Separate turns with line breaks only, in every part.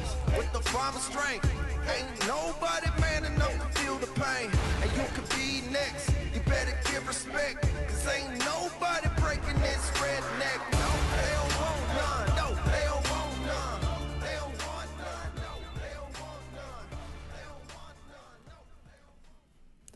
to find my strength. Ain't nobody man enough to feel the pain. And you could be next. You better give respect. Cause ain't nobody breaking this redneck. No, they don't want none. No, they don't want none. They don't want none. No, they don't want none. They don't want none. No.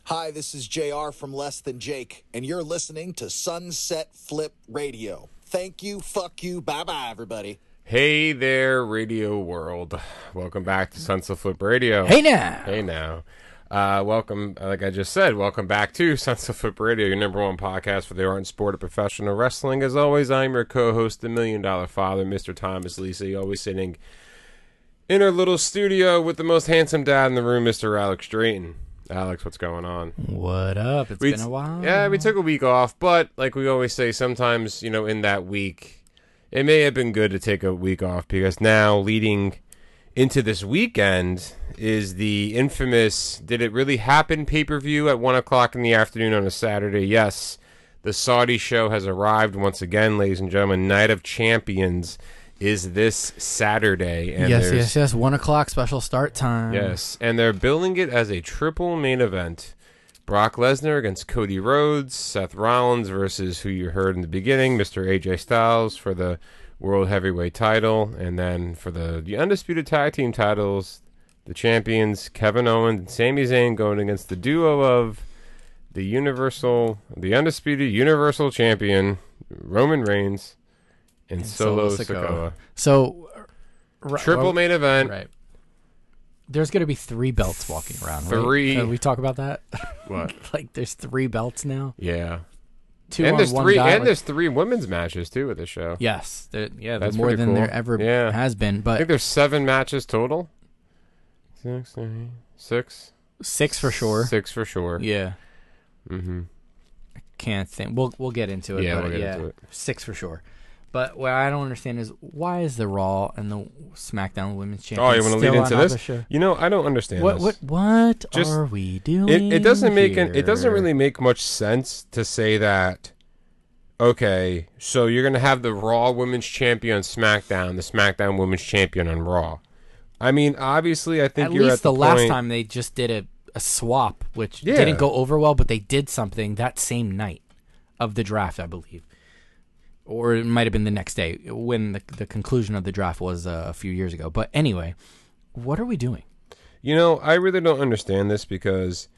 Hi, this is JR from Less Than Jake, and you're listening to Sunset Flip Radio. Thank you, fuck you, bye bye, everybody.
Hey there, radio world. Welcome back to Sunset Flip Radio.
Hey now.
Hey now. Uh, welcome, like I just said, welcome back to Sunset Flip Radio, your number one podcast for the art and sport of professional wrestling. As always, I'm your co-host, the Million Dollar Father, Mr. Thomas Lisi, always sitting in our little studio with the most handsome dad in the room, Mr. Alex Drayton. Alex, what's going on?
What up? It's
We-
been a while.
Yeah, we took a week off, but like we always say, sometimes you know, in that week, it may have been good to take a week off because now leading into this weekend is the infamous "Did it really happen?" pay per view at one o'clock in the afternoon on a Saturday. Yes, the Saudi show has arrived once again, ladies and gentlemen. Night of Champions is this Saturday, and
yes,
there's-
yes, yes. One o'clock special start time.
Yes, and they're billing it as a triple main event. Brock Lesnar against Cody Rhodes, Seth Rollins versus who you heard in the beginning, Mr. AJ Styles for the World Heavyweight title, and then for the, the Undisputed Tag Team titles, the champions Kevin Owens and Sami Zayn going against the duo of the Universal, the Undisputed Universal Champion, Roman Reigns, and, Solo
Solo Sikoa.
Sikoa.
So, r-
Triple
well,
main event.
Right. There's gonna be three belts walking around. right?
Three.
Can we talk about that?
What?
like, there's three belts now.
Yeah.
Two
and
on
there's
one
three
guy.
and there's three women's matches too at the show.
yes. There, yeah.
That's
There's more
pretty
than there
cool.
ever
Yeah.
has
I
been.
think
But
there's seven matches total. Six, three, six
six for sure.
Six for sure.
Yeah.
Mm-hmm.
Can't think. We'll we'll get into it.
Yeah,
but
we'll get
yeah,
into it.
Six for sure. But what I don't understand is why is the Raw and the SmackDown Women's Championship
Oh, you want to
want
lead into this?
Show?
You know, I don't understand
What
this.
what what
Just-
are we doing?
it, it doesn't make
here?
an, it doesn't really make much sense to say that okay so you're gonna have the raw women's champion on smackdown the smackdown women's champion on raw i mean obviously i think
At
you're
least
at the,
last
point-
time they just did a, a swap, which
Yeah.
didn't go over well, but they did something that same night of the draft, I believe, or it might have been the next day when the the conclusion of the draft was uh, a few years ago. But anyway, what are we doing?
You know, I really don't understand this because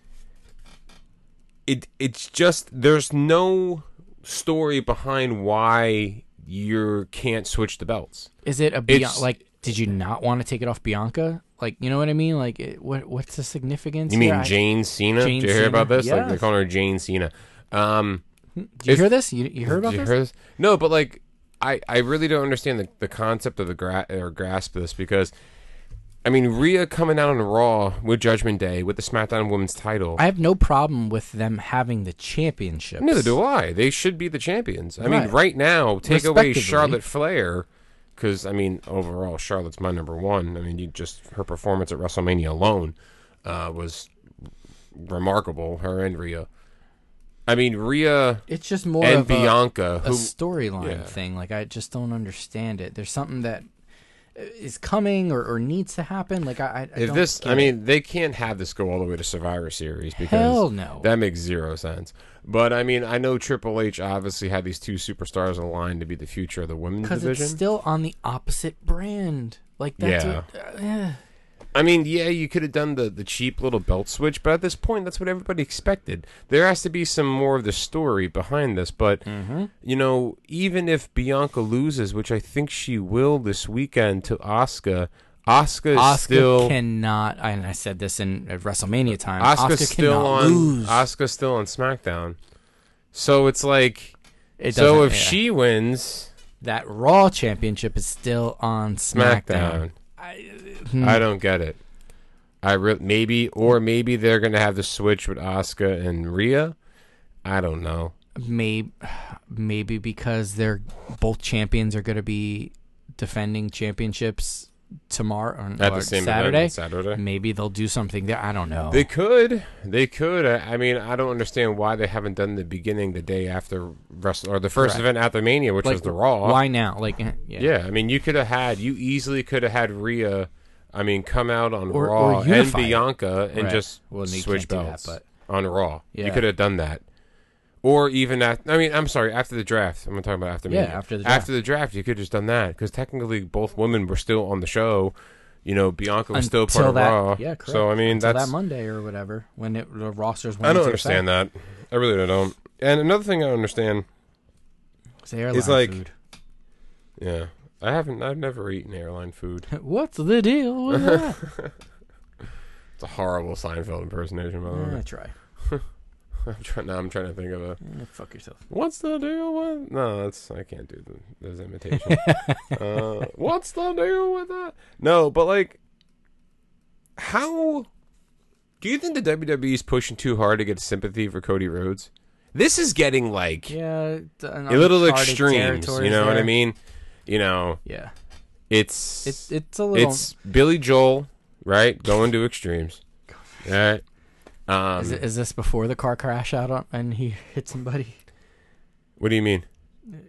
it it's just there's no story behind why you can't switch the belts.
Is it a Bian-
It's-
like? Did you not want to take it off Bianca? Like, you know what I mean? Like, it, what what's the significance?
You mean
here? I-
Jane Cena?
Jane
Did you hear
Cena,
about this? Like they're
yes.
calling her Jane Cena. Um,
Did you
if-
hear this? You, you heard about
did you
this?
hear this? No, but like I I really don't understand the, the concept of the gra- or grasp of this because. I mean, Rhea coming out on Raw with Judgment Day with the SmackDown Women's title.
I have no problem with them having the championships.
Neither do I. They should be the champions. I mean,
Right.
right now, take away
Respectively.
Charlotte Flair, because I mean, overall, Charlotte's my number one. I mean, you just her performance at WrestleMania alone uh, was remarkable. Her and Rhea. I mean, Rhea
It's just more
and
of a-
Bianca.
a
who
storyline
yeah.
thing. Like I just don't understand it. There's something that uh, is coming or, or needs to happen. Like I, I, I
if
don't
this?
get
I
it.
mean, they can't have this go all the way to Survivor Series because
Hell no.
that makes zero sense. But I mean, I know Triple H obviously had these two superstars aligned to be the future of the women's
because
division.
it's still on the opposite brand. Like that's
Yeah.
what, uh, yeah.
I mean, yeah, you could have done the, the cheap little belt switch, but at this point, that's what everybody expected. There has to be some more of the story behind this, but,
Mm-hmm.
you know, even if Bianca loses, which I think she will this weekend to Asuka, Asuka, is
Oscar
still.
cannot. And I said this in at WrestleMania time.
Asuka's
Oscar
still
cannot
on
lose.
Asuka's still on SmackDown. So it's like
It
so if
doesn't- yeah.
she wins
that Raw championship is still on
SmackDown,
SmackDown.
I, don't get it. I re- maybe or maybe they're gonna have the switch with Asuka and Rhea. I don't know.
maybe maybe because they're both champions are going to be defending championships tomorrow or,
At the
or
same event
Saturday.
on Saturday.
Maybe they'll do something there. I don't know.
They could. They could. I, I mean, I don't understand why they haven't done the beginning the day after Wrestle or the first
Correct.
event after Mania, which
like
was the Raw.
Why now? Like eh, yeah.
Yeah, I mean, you could have had. You easily could have had Rhea I mean, come out on
Or- or
Raw and
unify it.
Bianca and
Right.
just
Well, you
switch
can't do that,
belts
but-
on Raw. You
Yeah.
could have done that. Or even at, I mean, I'm sorry, after the draft. I'm talking about after
Yeah,
Mania.
after the draft.
After the draft, you could have just done that because technically both women were still on the show. You know, Bianca was still part
Until
of
that,
Raw.
Yeah, correct.
So, I mean,
Until
that's.
that Monday or whatever when it, the rosters. Went
I don't understand that. I really don't. And another thing I don't understand
It's airline
like-
food.
Yeah. I haven't I've never eaten airline food.
What's the deal with that?
It's a horrible Seinfeld impersonation, by the
Uh,
way.
try.
I'm trying now I'm trying to think of a
Eh, fuck yourself.
What's the deal with No, that's I can't do the, those imitations. uh, what's the deal with that? No, but like how do you think the WWE's pushing too hard to get sympathy for Cody Rhodes? This is getting like
Yeah,
a little extremes, you know what I mean? You know,
Yeah,
it's
it's it's a little.
It's Billy Joel, right? Going to extremes. All right. Um,
is, it, is this before the car crash out on, and he hit somebody?
what do you mean?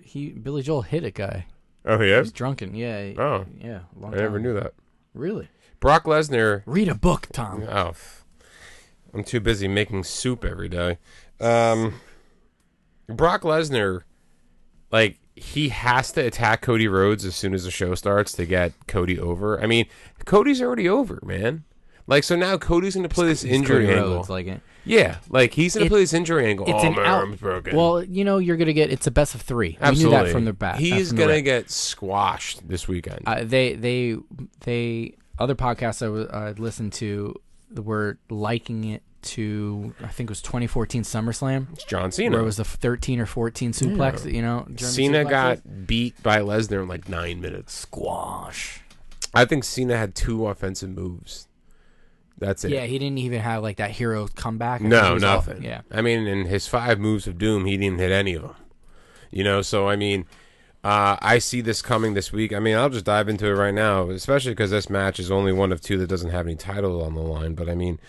He Billy Joel hit a guy.
Oh, he
He's drunken. Yeah. he-
Oh.
Yeah. Long
I never
time.
knew that.
Really?
Brock Lesnar.
Read a book, Tom.
Oh, f- I'm too busy making soup every day. Um, Brock Lesnar, like he has to attack Cody Rhodes as soon as the show starts to get Cody over. I mean, Cody's already over, man. Like so now, Cody's gonna play this
It's
injury
Cody
angle.
Rhodes, like it.
yeah, like he's gonna
It-
play this injury angle.
It's
oh,
an
my
out.
arm's broken.
Well, you know you're gonna get. It's a best of three.
Absolutely.
We knew that from the back. uh,
He's
from the
gonna
rip.
get squashed this weekend.
Uh, they they they other podcasts I w- I listened to were liking it to I think it was 2014 SummerSlam.
it's John
where
Cena.
it was the 13 or 14 suplex, you know? German
Cena
suplexes?
got beat by Lesnar in like nine minutes.
squash.
I think Cena had two offensive moves. That's it.
Yeah, he didn't even have like that hero comeback. I mean, he
no,
was off-
nothing.
yeah.
I mean, in his five moves of doom, he didn't hit any of them. You know, so I mean, uh, I see this coming this week. I mean, I'll just dive into it right now, especially because this match is only one of two that doesn't have any title on the line. But I mean,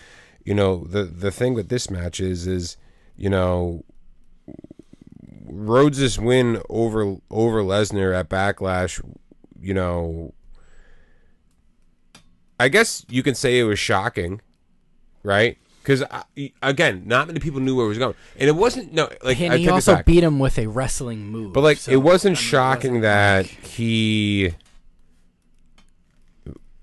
you know, the the thing with this match is, is you know, Rhodes' win over over Lesnar at Backlash, you know, I guess you can say it was shocking, right? Because again, not many people knew where it was going, and it wasn't no like
And
I
he
take it
also
back.
beat him with a wrestling move.
But like,
so-
it wasn't
I mean, it
shocking
wasn't
that
like-
he.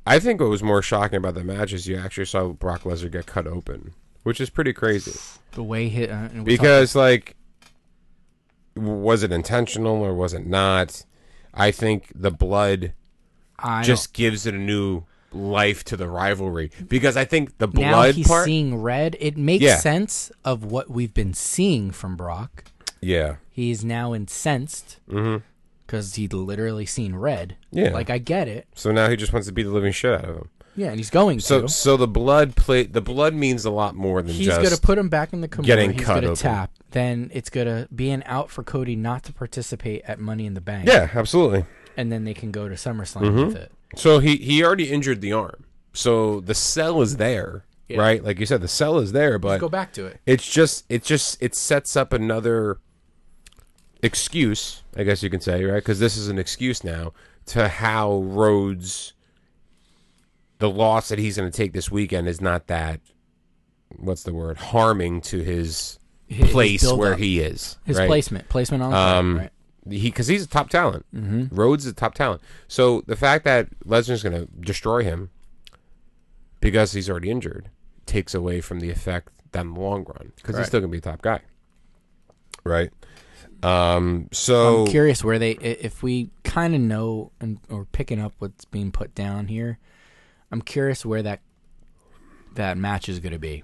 I think what was more shocking about the match is you actually saw Brock Lesnar get cut open, which is pretty crazy.
the way he. Uh, and we talked-
Because like, was it intentional or was it not? I think the blood
I
just gives it a new life to the rivalry because I think the
don't- now
blood
he's
part.
seeing red. It makes
Yeah.
sense of what we've been seeing from Brock.
yeah,
He's now incensed because he'd literally seen red.
Mm-hmm. Yeah.
like I get it.
so now he just wants to beat the living shit out of him.
Yeah, and he's going
So
to.
so the blood play the blood means a lot more than
He's
just
gonna put him back in the Kimura.
getting
He's
cut
gonna
open.
tap. Then it's gonna be an out for Cody not to participate at Money in the Bank.
yeah, Mm-hmm. absolutely.
and then they can go to SummerSlam with it.
So he he already injured the arm. So the cell is there,
Yeah.
right? Like you said, the cell is there, but
Go back to it.
it's just it just it sets up another excuse, I guess you can say, right? Because this is an excuse now to how Rhodes, the loss that he's going to take this weekend is not that. What's the word? Harming to his,
his
place where
buildup.
he is.
His
right?
placement, placement on the um, right? Mm-hmm.
he because he's a top talent. Rhodes is a top talent. So the fact that Lesnar's going to destroy him because he's already injured takes away from the effect down the long run because he's
Correct.
still going to be a top guy, right? Um. So
I'm curious where they, i- if we kind of know and or picking up what's being put down here. I'm curious where that that match is going to be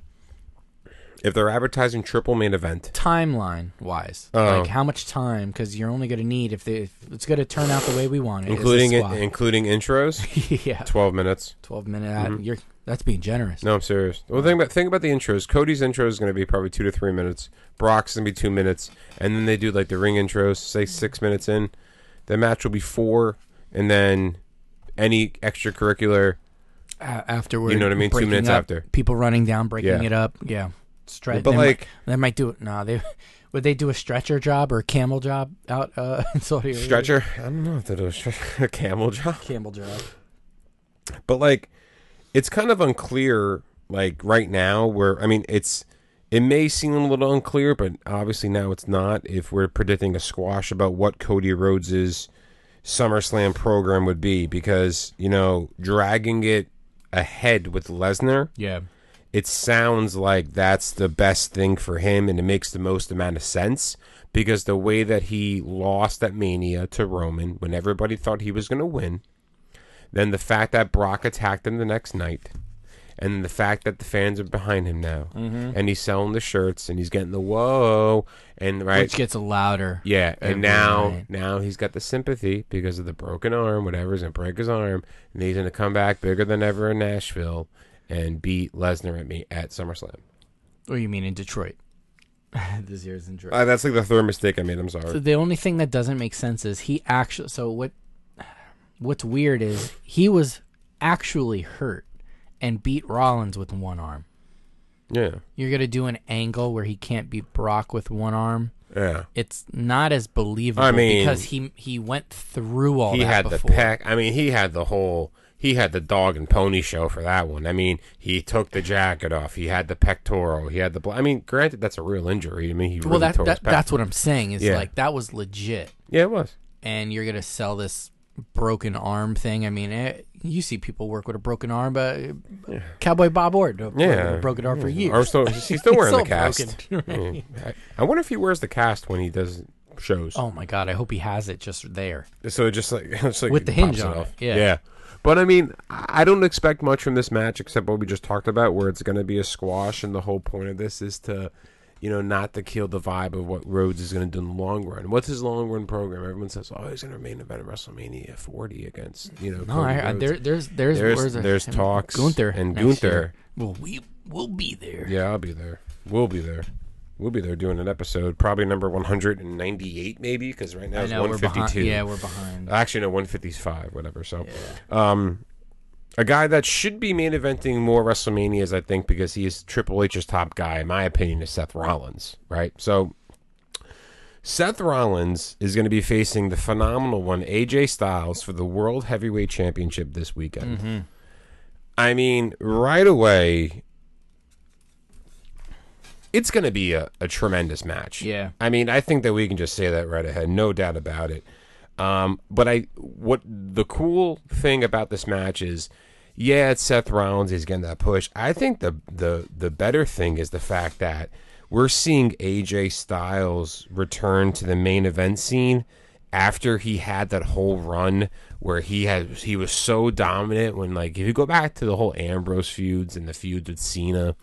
if they're advertising triple main event,
timeline wise.
Oh.
Like how much time? Because you're only going to need if, they, if it's going to turn out the way we want it. is a
including in,
squad.
including intros,
yeah,
twelve minutes.
twelve minute.
Mm-hmm.
ad- You're that's being generous.
No, I'm serious. Well, think about think about the intros. Cody's intro is going to be probably two to three minutes. Brock's going to be two minutes, and then they do like the ring intros, say six minutes in. The match will be four, and then any extracurricular.
a- afterward.
You know what I mean? Two
breaking
minutes
up,
after.
People running down, breaking
Yeah.
it up. Yeah. Stretch.
But,
they
like-
might, they might do it. Nah, they would they do a stretcher job or a camel job out uh, in Saudi Arabia?
Stretcher. I don't know if they do a, stretcher, a camel job,
camel job.
but like, it's kind of unclear like right now where i mean it's it may seem a little unclear but obviously now it's not if we're predicting a squash about what cody rhodes's summerslam program would be because you know dragging it ahead with lesnar
Yeah.
it sounds like that's the best thing for him and it makes the most amount of sense because the way that he lost that mania to Roman when everybody thought he was going to win, then the fact that Brock attacked him the next night, and the fact that the fans are behind him now,
Mm-hmm.
and he's selling the shirts and he's getting the whoa, and right.
Which gets louder.
yeah,
every
and now
night.
now he's got the sympathy because of the broken arm, whatever's gonna break his arm, and he's gonna come back bigger than ever in Nashville and beat Lesnar at me at SummerSlam.
Or you mean in Detroit? this year's in Detroit.
Uh, that's like the third mistake I made. I'm sorry.
the only thing that doesn't make sense is he actually so what what's weird is he was actually hurt and beat Rollins with one arm.
Yeah,
You're going to do an angle where he can't beat Brock with one arm.
yeah.
It's not as believable
I mean-
because he he went through all
He
that
had
before.
the pack. I mean, he had the whole. He had the dog and pony show for that one. I mean, he took the jacket off. He had the pectoral. He had the. Bl- I mean, granted, that's a real injury. I mean, he
well
really
that,
tore his
that
pec.
that's what I'm saying is
Yeah.
like that was legit
yeah, it was.
and you're going to sell this broken arm thing. I mean, eh, you see people work with a broken arm, but Cowboy Bob Orr uh,
Yeah,
with a broken arm for
Yeah.
years.
Or still, he's still wearing the
still
cast.
broken,
Yeah. Mm. I, I wonder if he wears the cast when he does shows.
Oh my god, I hope he has it just there.
So it just like, it's like
With
it
the hinge
pops it
on it,
off.
yeah.
But I mean, I I don't expect much from this match except what we just talked about, where it's going to be a squash, and the whole point of this is to, you know, not to kill the vibe of what Rhodes is going to do in the long run. What's his long run program? Everyone says, oh, he's going to remain event at WrestleMania 40 against, you know,
No,
Cody
I, I,
Rhodes.
there, there's there's
There's-
where's the-
there's talks
Gunther
and
next
Gunther.
year. Well, we will be there.
Yeah, I'll be there. We'll be there. We'll be there doing an episode, probably number 198, maybe, because right now
I
it's
know we're
152.
behind. Yeah, we're behind.
Actually, no, 155, whatever. So, um, a guy that should be main eventing more WrestleManias, I think, because he is Triple H's top guy, in my opinion, is Seth Rollins, right? So, Seth Rollins is going to be facing the phenomenal one, AJ Styles, for the World Heavyweight Championship this weekend. I mean, right away, it's going to be a, a tremendous match.
Yeah.
I mean, I think that we can just say that right ahead, no doubt about it. Um, but I, what the cool thing about this match is, yeah, it's Seth Rollins. He's getting that push. I think the the the better thing is the fact that we're seeing AJ Styles return to the main event scene after he had that whole run where he had he was so dominant when like if you go back to the whole Ambrose feuds and the feuds with Cena,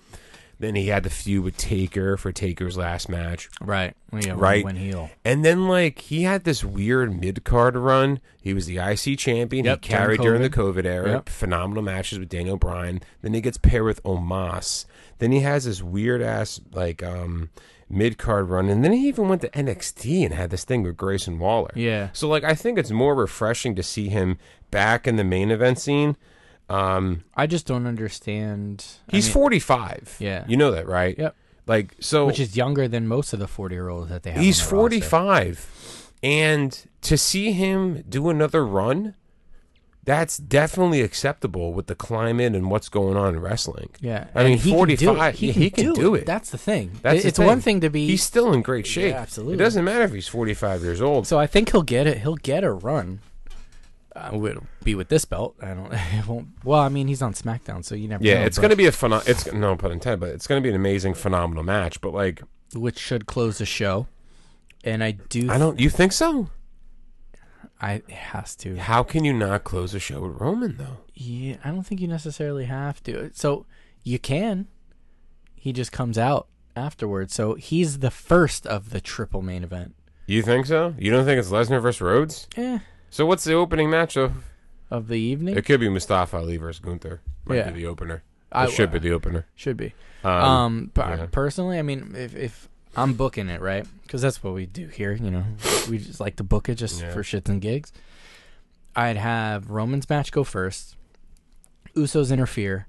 then he had the feud with Taker for Taker's last match.
Right. Well, Yeah,
Right.
When heel.
And then like he had this weird mid card run. He was the IC champion.
Yep,
he
during
carried during,
COVID.
the COVID era.
Yep.
Phenomenal matches with Daniel Bryan. Then he gets paired with Omos. Then he has this weird ass like um mid card run. And then he even went to NXT and had this thing with Grayson Waller.
Yeah.
So like I think it's more refreshing to see him back in the main event scene. Um
I just don't understand. I
he's
mean,
forty five.
Yeah.
You know that, right?
Yep.
Like so
which is younger than most of the forty year olds that they have. on
He's
their roster.
45. And to see him do another run, that's definitely acceptable with the climate and what's going on in wrestling.
Yeah.
I mean,
and he can do it.
45, yeah, he can do it.
That's the thing.
That's the
it's one thing to be.
He's still in great shape.
absolutely.
It doesn't matter if he's 45 years old.
So I think he'll get it. He'll get a run. Uh, it'll be with this belt. I don't. It won't. Well, I mean, he's on SmackDown, so you never.
yeah,
know,
it's
but-
going to be a phenom. It's no pun intended, but it's going to be an amazing, phenomenal match. But like,
which should close the show. And I do.
I don't. You think so?
I it has to.
How can you not close a show with Roman though?
Yeah, I don't think you necessarily have to. So you can. He just comes out afterwards. So he's the first of the triple main event.
You think so? You don't think it's Lesnar versus Rhodes?
Eh,
So what's the opening match of
of the evening
It could be Mustafa Ali versus Gunther. Might
Yeah.
be the opener. It
I-
should be the opener.
should be.
Um,
Um, but
yeah.
personally, I mean, if if I'm booking it right, because that's what we do here, you know, we just like to book it just
Yeah.
for shits and gigs. I'd have Roman's match go first. Usos interfere.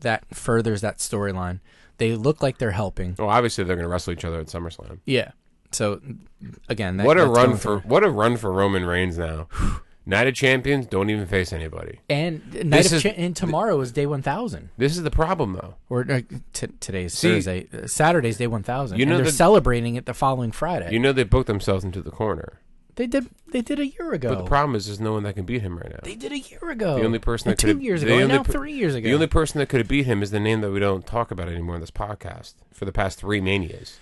That furthers that storyline. They look like they're helping.
well, obviously they're going to wrestle each other at SummerSlam.
Yeah. So again, that,
what a
that's
run
going
for
through.
what a run for Roman Reigns now. Night of Champions don't even face anybody.
And night of
is-
cha- and tomorrow is day one thousand,
This is the problem, though.
or uh, t- today's
See-
Thursday. Uh, Saturday's day one thousand.
You know
and they're
the-
celebrating it the following Friday.
You know they booked themselves into the corner,
they did. They did a year ago.
but the problem is there's no one that can beat him right now.
they did a year ago.
The only person
And
that
Oh, two
could
years
the
ago, and
only
now
per-
three years ago.
The only person that could have beat him is the name that we don't talk about anymore in this podcast for the past three manias.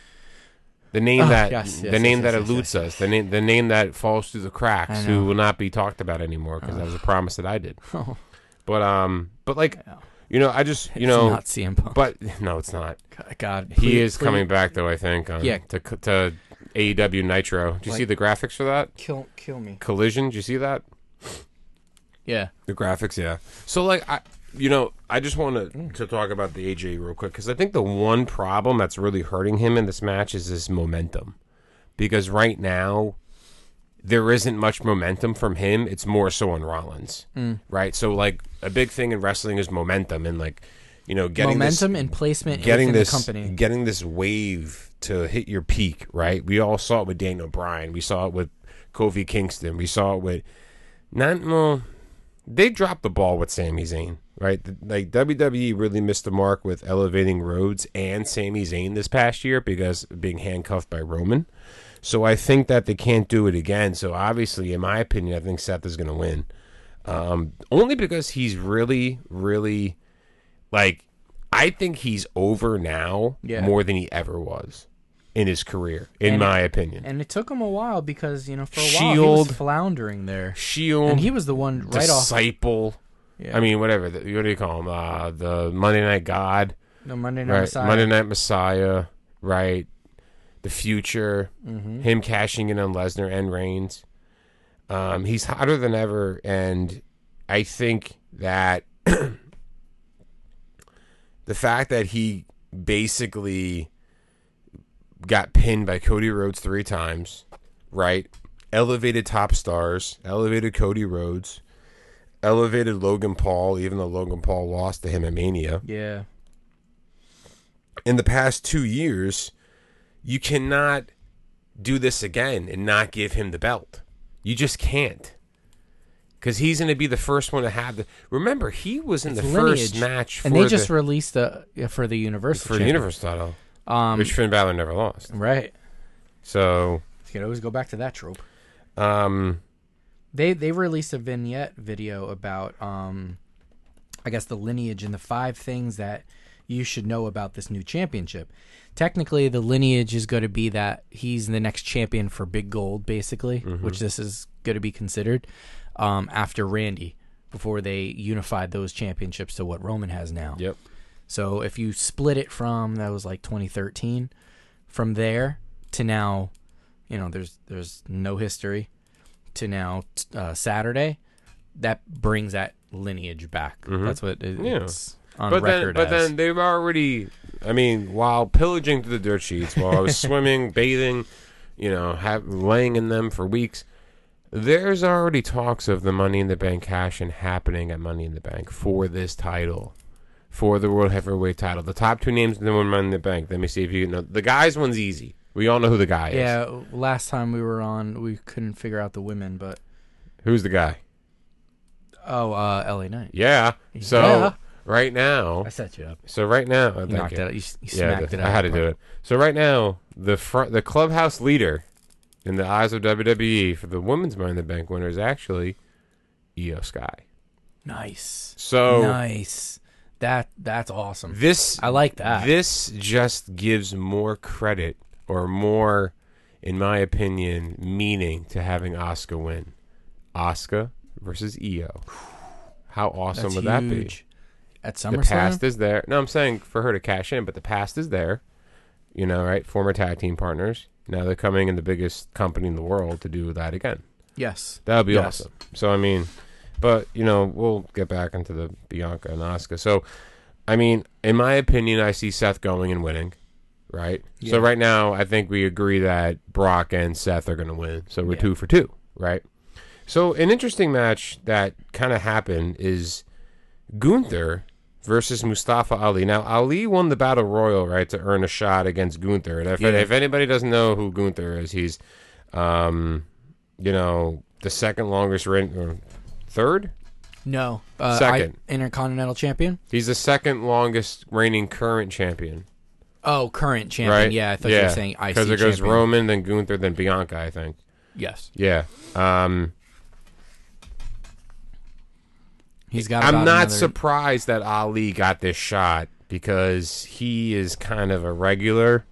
The name
Oh,
that
yes,
the
yes,
name
yes,
that
yes, yes,
eludes us, the name the name that falls through the cracks,
I
who
know.
will not be talked about anymore because that was a promise that I did.
Oh.
But um, but like,
Yeah.
you know, I just you
It's
know,
not CM Punk.
but no, it's not.
God,
He
please-
is
please
coming back though. I think. Um,
Yeah.
To to AEW Nitro. Do you see
Like-
the graphics for that
Kill, kill me.
collision? Do you see that?
Yeah.
The graphics, yeah. So like I you know, I just want to to talk about the AJ real quick cuz I think the one problem that's really hurting him in this match is his momentum. Because right now there isn't much momentum from him. It's more so on Rollins. Right? So like a big thing in wrestling is momentum and like you know, getting this-
Momentum and placement
getting
within
this
the company.
getting this wave to hit your peak, right? We all saw it with Daniel Bryan. We saw it with Kofi Kingston. We saw it with not well. They dropped the ball with Sami Zayn, right? Th- Like WWE really missed the mark with elevating Rhodes and Sami Zayn this past year because of being handcuffed by Roman. So I think that they can't do it again. So obviously, in my opinion, I think Seth is going to win, um, only because he's really, really like I think he's over now
Yeah.
more than he ever was in his career, in
And-
my opinion.
and it took him a while because you know for a while he was
Shield.
floundering there,
Shield,
and he was the one right off
disciple.
Yeah.
I mean, whatever. The, what do you call him? Uh, the Monday Night God,
the Monday Night
right?
Messiah.
Monday Night Messiah, right? The future,
Mm-hmm.
him cashing in on Lesnar and Reigns. Um, he's hotter than ever, and I think that the fact that he basically got pinned by Cody Rhodes three times, right? Elevated top stars, elevated Cody Rhodes, elevated Logan Paul, even though Logan Paul lost to him at Mania
Yeah,
in the past two years, you cannot do this again and not give him the belt. You just can't. Because he's going to be the first one to have the. Remember, he was in
It's
the
lineage.
first match for
and they just
the,
released the yeah, for the Universal
for the
champion.
universe title,
Um,
which Finn Balor never lost.
right.
So,
You could always go back to that trope.
um,
They they released a vignette video about um, I guess the lineage and the five things that you should know about this new championship. Technically, the lineage is going to be that he's the next champion for Big Gold, basically,
Mm-hmm.
which this is going to be considered um, after Randy, before they unified those championships to what Roman has now.
yep.
So if you split it from that was like 2013, from there to now, you know, there's there's no history to now t- uh, Saturday. That brings that lineage back. That's what it,
Mm-hmm. Yeah.
it's on
but then,
record
but
as.
then they've already. I mean, while pillaging through the dirt sheets, while I was swimming, bathing, you know, have, laying in them for weeks, there's already talks of the Money in the Bank cash in happening at Money in the Bank for this title, for the World Heavyweight title. The top two names in the Money in the Bank. Let me see if you know. The guys one's easy. We all know who the guy is.
yeah, last time we were on, we couldn't figure out the women, but
Who's the guy?
oh, uh, LA Knight.
Yeah. So
Yeah.
right now,
I set you up.
so right now, oh,
You knocked it out. You, s- you smacked
the-
it out.
I had to do it. So right now, the front, the clubhouse leader in the eyes of WWE for the women's Money in the Bank winner is actually Io Sky.
Nice.
So
nice. That that's awesome.
this,
I like that.
This just gives more credit or more, in my opinion, meaning to having Oscar win. Oscar versus Io. How awesome
that's
would
huge.
that be?
At
the
SummerSlam.
past is there. No, I'm saying for her to cash in, but the past is there. You know, right? Former tag team partners. Now they're coming in the biggest company in the world to do that again.
Yes.
That would be
Yes.
awesome. So I mean, but you know, we'll get back into the Bianca and Oscar. So, I mean, in my opinion, I see Seth going and winning. Right. So
Yeah.
right now, I think we agree that Brock and Seth are going to win. So we're
Yeah.
two for two. Right. So an interesting match that kind of happened is Gunther versus Mustafa Ali. Now Ali won the battle royal, right, to earn a shot against Gunther. And if,
Yeah.
if anybody doesn't know who Gunther is, he's, um, you know, the second longest reign, or third.
No. Uh, I-
Second.
Intercontinental Champion?
He's the second longest reigning current champion,
Oh, current champion.
right?
Yeah, I thought you were saying IC
because it goes
champion.
Roman, then Gunther, then Bianca. I think.
Yes.
Yeah. Um,
He's got
I'm
about
not
another-
surprised that Ali got this shot because he is kind of a regular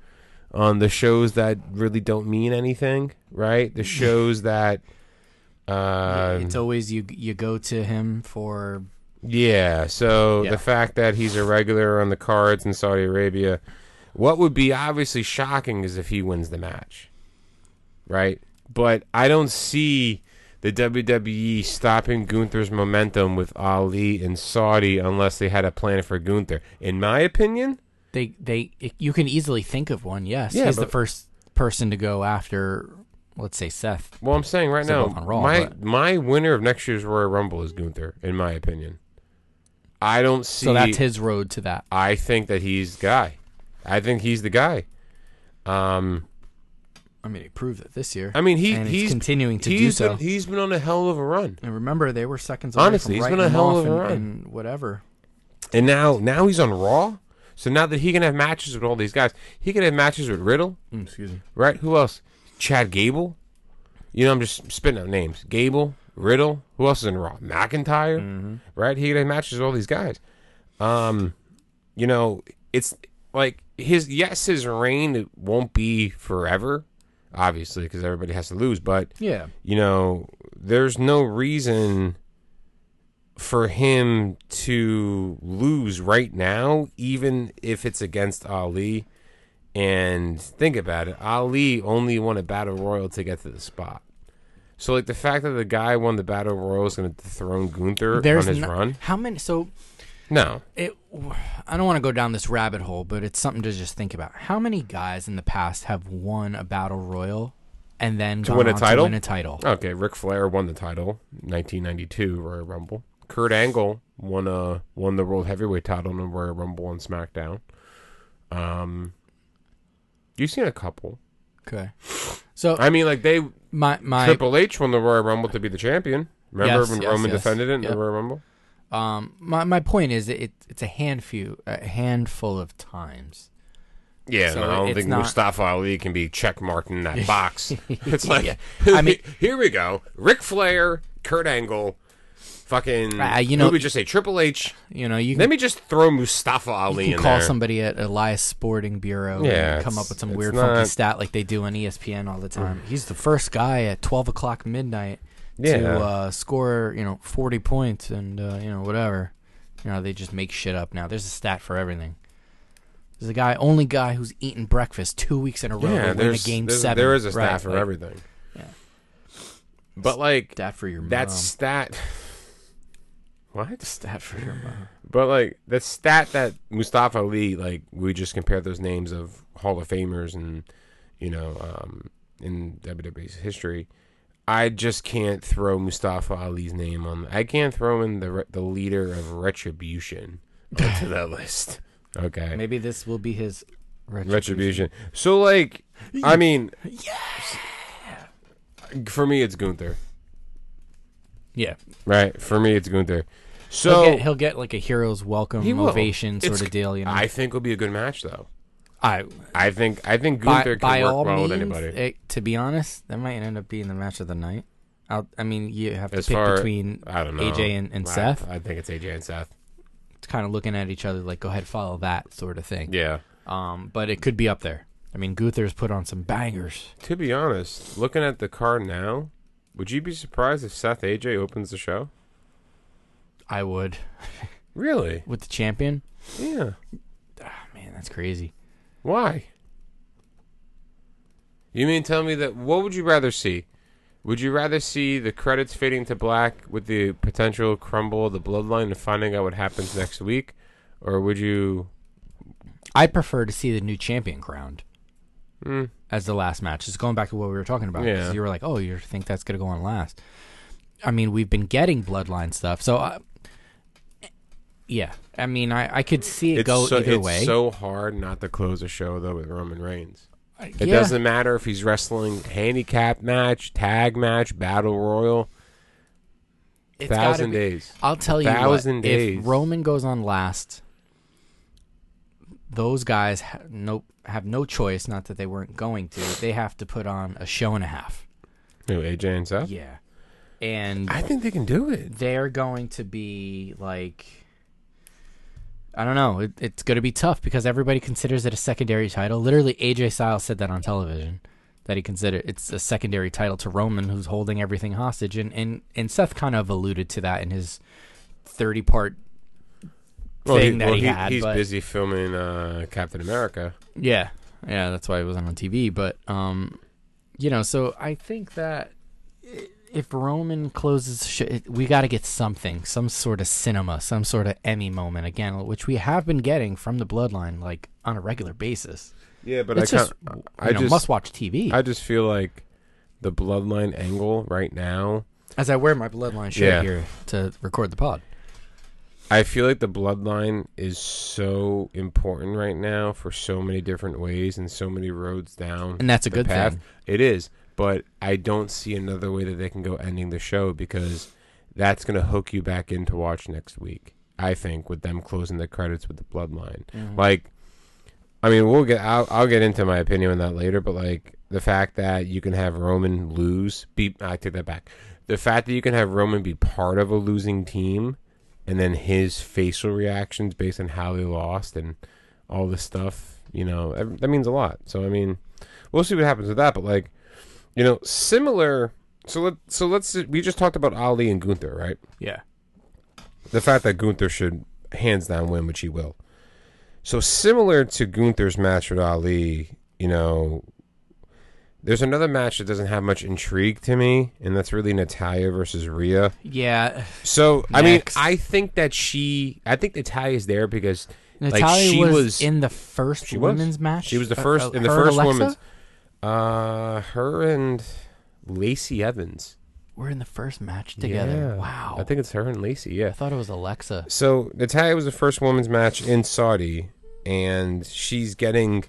on the shows that really don't mean anything, right? The shows that, um,
It's always you you go to him for
yeah. So
Yeah.
the fact that he's a regular on the cards in Saudi Arabia, what would be obviously shocking is if he wins the match, right? But I don't see the WWE stopping Gunther's momentum with Ali and Saudi unless they had a plan for Gunther. In my opinion,
they they it, you can easily think of one. Yes,
Yeah,
he's the
but-
first person to go after, let's say Seth.
well, I'm saying right
They're
now,
both on Raw,
my
but-
my winner of next year's Royal Rumble is Gunther. In my opinion, I don't see.
So that's his road to that.
I think that he's the guy. I think he's the guy. Um,
I mean, he proved it this year.
I mean, he
And it's
he's
continuing to
he's
do so.
Been, he's been on a hell of a run,
and remember, they were seconds
Honestly,
away
he's been
from writing
a
him
hell
off
of a
and,
run.
and whatever.
and now now he's on Raw. So now that he can have matches with all these guys, he can have matches with Riddle,
excuse me.
right? Who else? Chad Gable. You know, I'm just spitting out names. Gable, Riddle. Who else is in Raw? McIntyre, right? He can have matches with all these guys. Um, you know, it's like his yes, his reign won't be forever, obviously, because everybody has to lose, but.
Yeah.
you know, there's no reason for him to lose right now, even if it's against Ali. And think about it Ali only won a battle royal to get to the spot. So, like, the fact that the guy won the battle royal is going to dethrone Gunther
There's
on his
no-
run?
How many? So
No.
it. I don't want to go down this rabbit hole, but it's something to just think about. How many guys in the past have won a battle royal and then gone
win a
on
title?
win a title.
Okay, Ric Flair won the title, 1992 Royal Rumble. Kurt Angle won uh won the World Heavyweight title in the Royal Rumble and SmackDown. Um, you've seen a couple.
Okay. So
I mean, like they
my my
Triple H won the Royal Rumble to be the champion. Remember
Yes,
when
yes,
Roman
yes.
defended it in
Yep.
the Royal Rumble?
Um, my, my point is that it, it's a hand few, a handful of times.
Yeah,
So
no, I don't
it's
think
not-
Mustafa Ali can be checkmarked in that box. it's like,
I mean-
here we go: Ric Flair, Kurt Angle, fucking.
Uh, you know-
we would just say Triple H.
You know, you can,
Let me just throw Mustafa Ali
you
in
can call
there.
somebody at Elias Sporting Bureau
Yeah,
and come up
it's-
with some
it's
weird
not-
funky stat like they do on E ESPN all the time. He's the first guy at twelve o'clock midnight to
Yeah.
uh, score, you know, forty points and uh, you know whatever. You know, they just make shit up now. There's a stat for everything. There's a guy, only guy who's eaten breakfast two weeks in a row to win a game
there's-
seven.
There is a stat
Right,
for
like,
everything.
yeah.
But like
Stat for your mom.
that stat. What?
stat for your mom.
But like the stat that Mustafa Ali, like we just compared those names of Hall of Famers and you know um, in WWE's history. I just can't throw Mustafa Ali's name on. I can't throw in the re- the leader of Retribution onto that list. Okay.
Maybe this will be his
Retribution. So like, I mean, for me it's Gunther,
Yeah.
right? For me it's Gunther.
He'll,
So
get, he'll get like a hero's welcome
He will.
ovation sort
It's-
of deal, you know.
I think it'll be a good match though.
I
I think I think
by,
Gunther
by
can
all
work well
means,
with anybody.
it- to be honest, that might end up being the match of the night. I'll, I mean, you have to
As
pick
far
between
I don't know
AJ and, and
I-
Seth.
I think it's AJ and Seth.
It's kind of looking at each other like, go ahead, follow that sort of thing.
Yeah.
Um, but it could be up there. I mean, Gunther's put on some bangers.
To be honest, looking at the card now, would you be surprised if Seth AJ opens the show?
I would
Really?
with the champion. Ah,
Yeah.
Man, that's crazy.
Why? You mean tell me that what would you rather see? Would you rather see the credits fading to black with the potential crumble of the bloodline and finding out what happens next week? Or would you
I prefer to see the new champion crowned as the last match. Just going back to what we were talking about, 'cause
Hmm. Yeah.
you were like, "Oh, you think that's going to go on last?" I mean, we've been getting bloodline stuff, so I, yeah. I mean, I, I could see it go
so,
either
it's
way.
so hard not to close a show though with Roman Reigns. It
Uh, Yeah.
doesn't matter if he's wrestling handicap match, tag match, battle royal.
It's gotta
thousand
be-
days.
I'll tell you
thousand
what,
days.
if Roman goes on last, those guys ha- no have no choice. Not that they weren't going to. They have to put on a show and a half.
Who, AJ and Seth?
Yeah, and
I think they can do it.
they're going to be like. I don't know. It, it's going to be tough because everybody considers it a secondary title. Literally, AJ Styles said that on television that he considered it's a secondary title to Roman, who's holding everything hostage. And and, and Seth kind of alluded to that in his thirty part thing that he had,
He's
but-
busy filming uh, Captain America.
Yeah, yeah, that's why it wasn't on TV. But um, you know, so I think that i- if Roman closes, sh- it- we got to get something, some sort of cinema, some sort of Emmy moment again, which we have been getting from the Bloodline like on a regular basis.
Yeah, but
It's
I
just,
can't-
you
I
know,
just
must watch TV.
I just feel like the bloodline angle right now.
As I wear my Bloodline shirt
Yeah.
here to record the pod.
I feel like the bloodline is so important right now for so many different ways and so many roads down.
And that's a
the
good
path.
thing.
It is, but I don't see another way that they can go ending the show because that's going to hook you back in to watch next week. I think with them closing the credits with the bloodline,
Mm-hmm.
like, I mean, we'll get. I'll, I'll get into my opinion on that later, but like the fact that you can have Roman lose, be I take that back. The fact that you can have Roman be part of a losing team and then his facial reactions based on how they lost and all this stuff, you know, ev- that means a lot. So I mean, we'll see what happens with that. But like, you know, similar. So let so let's we just talked about Ali and Gunther, right?
Yeah.
The fact that Gunther should hands down win, which he will. So similar to Gunther's match with Ali, you know, there's another match that doesn't have much intrigue to me, and that's really Natalia versus Rhea.
Yeah.
So I
Next.
mean, I think that she, I think Natalia's there because
Natalia
like she
was,
was,
in the first
she was.
women's match.
She was the
Uh,
first
uh,
in the
her and
first
Alexa
women's. Uh, her and Lacey Evans
We're in the first match together.
Yeah.
Wow.
I think it's her and Lacey. Yeah.
I thought it was Alexa.
So Natalia was the first women's match in Saudi, and she's getting,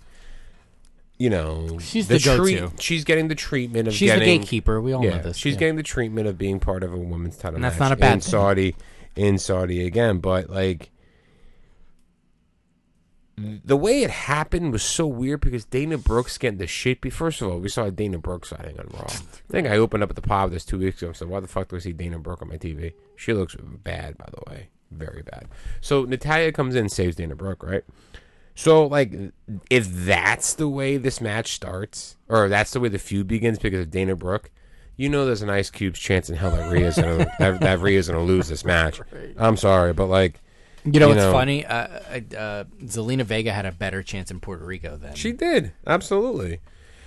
you know,
She's the
treat-
go-to.
She's getting the treatment of
She's
getting
the gatekeeper. We all
Yeah,
know this.
she's
yeah.
getting the treatment of being part of a women's title
And that's
match
not a bad
in
thing.
Saudi, in Saudi again. But like, the way it happened was so weird because Dana Brooks getting the shit. Be first of all, we saw a Dana Brooks sighting on Raw. I think I opened up at the pub this two weeks ago. and said, "Why the fuck do I see Dana Brooke on my TV? She looks bad, by the way, very bad." So Natalia comes in, and saves Dana Brooke, right? So, like, if that's the way this match starts, or that's the way the feud begins because of Dana Brooke, you know there's an Ice Cube's chance in hell that Rhea's gonna, that, that Rhea's gonna lose this match. I'm sorry, but like,
You know,
you
what's
know-
funny. Uh, uh, Zelina Vega had a better chance in Puerto Rico than
She did absolutely.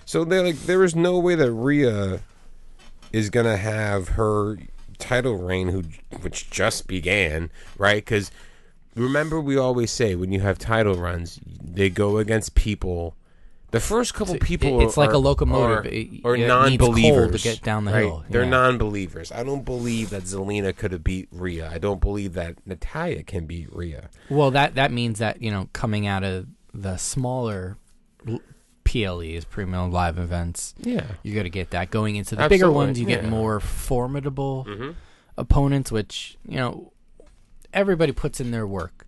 So they're like, there is no way that Rhea is gonna have her title reign, who which just began, right? Because remember, we always say when you have title runs, they go against people. The first couple people,
it's like
are-
a locomotive.
are,
It-
are
it needs coal to
non-believers
get down the
right?
hill,
They're
yeah.
non-believers. I don't believe that Zelina could have beat Rhea. I don't believe that Natalia can beat Rhea.
Well, that that means that you know, coming out of the smaller l- PLEs, premium live events,
Yeah.
you got to get that. Going into the bigger
Absolutely,
ones, you get
yeah. Mm-hmm.
more formidable opponents, which you know everybody puts in their work.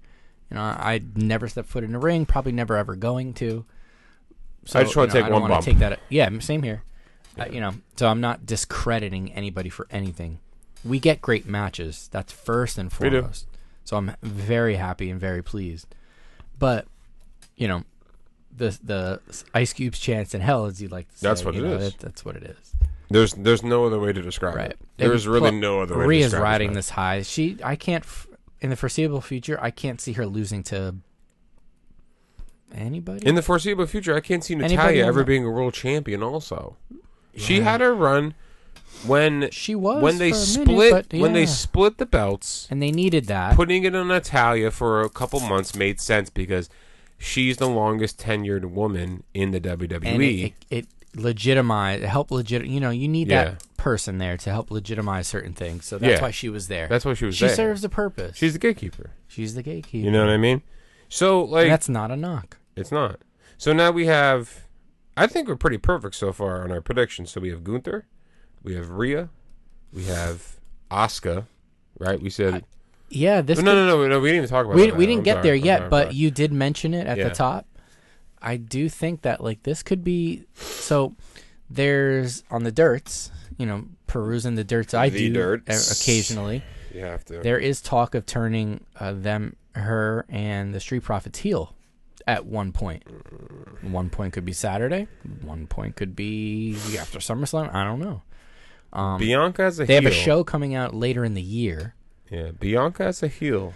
You know, I I'd never step foot in a ring, probably never ever going to. So,
I just wanna
you know,
take
I don't
one
wanna
bump.
Take that. Yeah, same here. Uh, you know, so I'm not discrediting anybody for anything. We get great matches. That's first and
do.
foremost. So I'm very happy and very pleased. But you know, the the Ice Cube's chance in hell, as you like to say.
That's what
you
it
know,
is.
that- that's what it is.
There's there's no other way to describe
Right.
it. There's
And
really
pl-
no other way. to
Rhea's
describe
riding
match.
this high. She, I can't, f- in the foreseeable future, I can't see her losing to anybody.
In the foreseeable future, I can't see
Anybody
Natalia
on
ever
the-
being a world champion. Also, she had her run when
She was
when they
for a minute,
split
but
when they
yeah.
split the belts.
and they needed that.
Putting it on Natalia for a couple months made sense because she's the longest tenured woman in the E. WWE.
and it, it, it legitimized, it helped legit. You know, you need
Yeah.
that person there to help legitimize certain things. So that's
Yeah.
why she was there.
That's why she was
She
there.
serves a purpose.
she's the gatekeeper.
She's the gatekeeper.
You know what I mean? So like
And that's not a knock.
It's not. So now we have I think we're pretty perfect so far on our predictions. So we have Gunther, we have Rhea, we have Asuka, right? We said
Yeah, this.
no, no,
could-
no, no, no. We didn't even talk about.
We
that.
we didn't
I'm
get
sorry,
there
I'm
yet,
sorry, I'm
but
sorry.
you did mention it at
Yeah.
the top. I do think that like this could be so. There's on the dirts, you know, perusing the dirts. I
The
do
dirts.
occasionally.
you have to.
There is talk of turning uh, them, her, and the Street Profits heel at one point.
Mm.
One point could be Saturday. One point could be after SummerSlam. I don't know.
Bianca as a
They have
heel.
a show coming out later in the year.
Yeah, Bianca as a heel.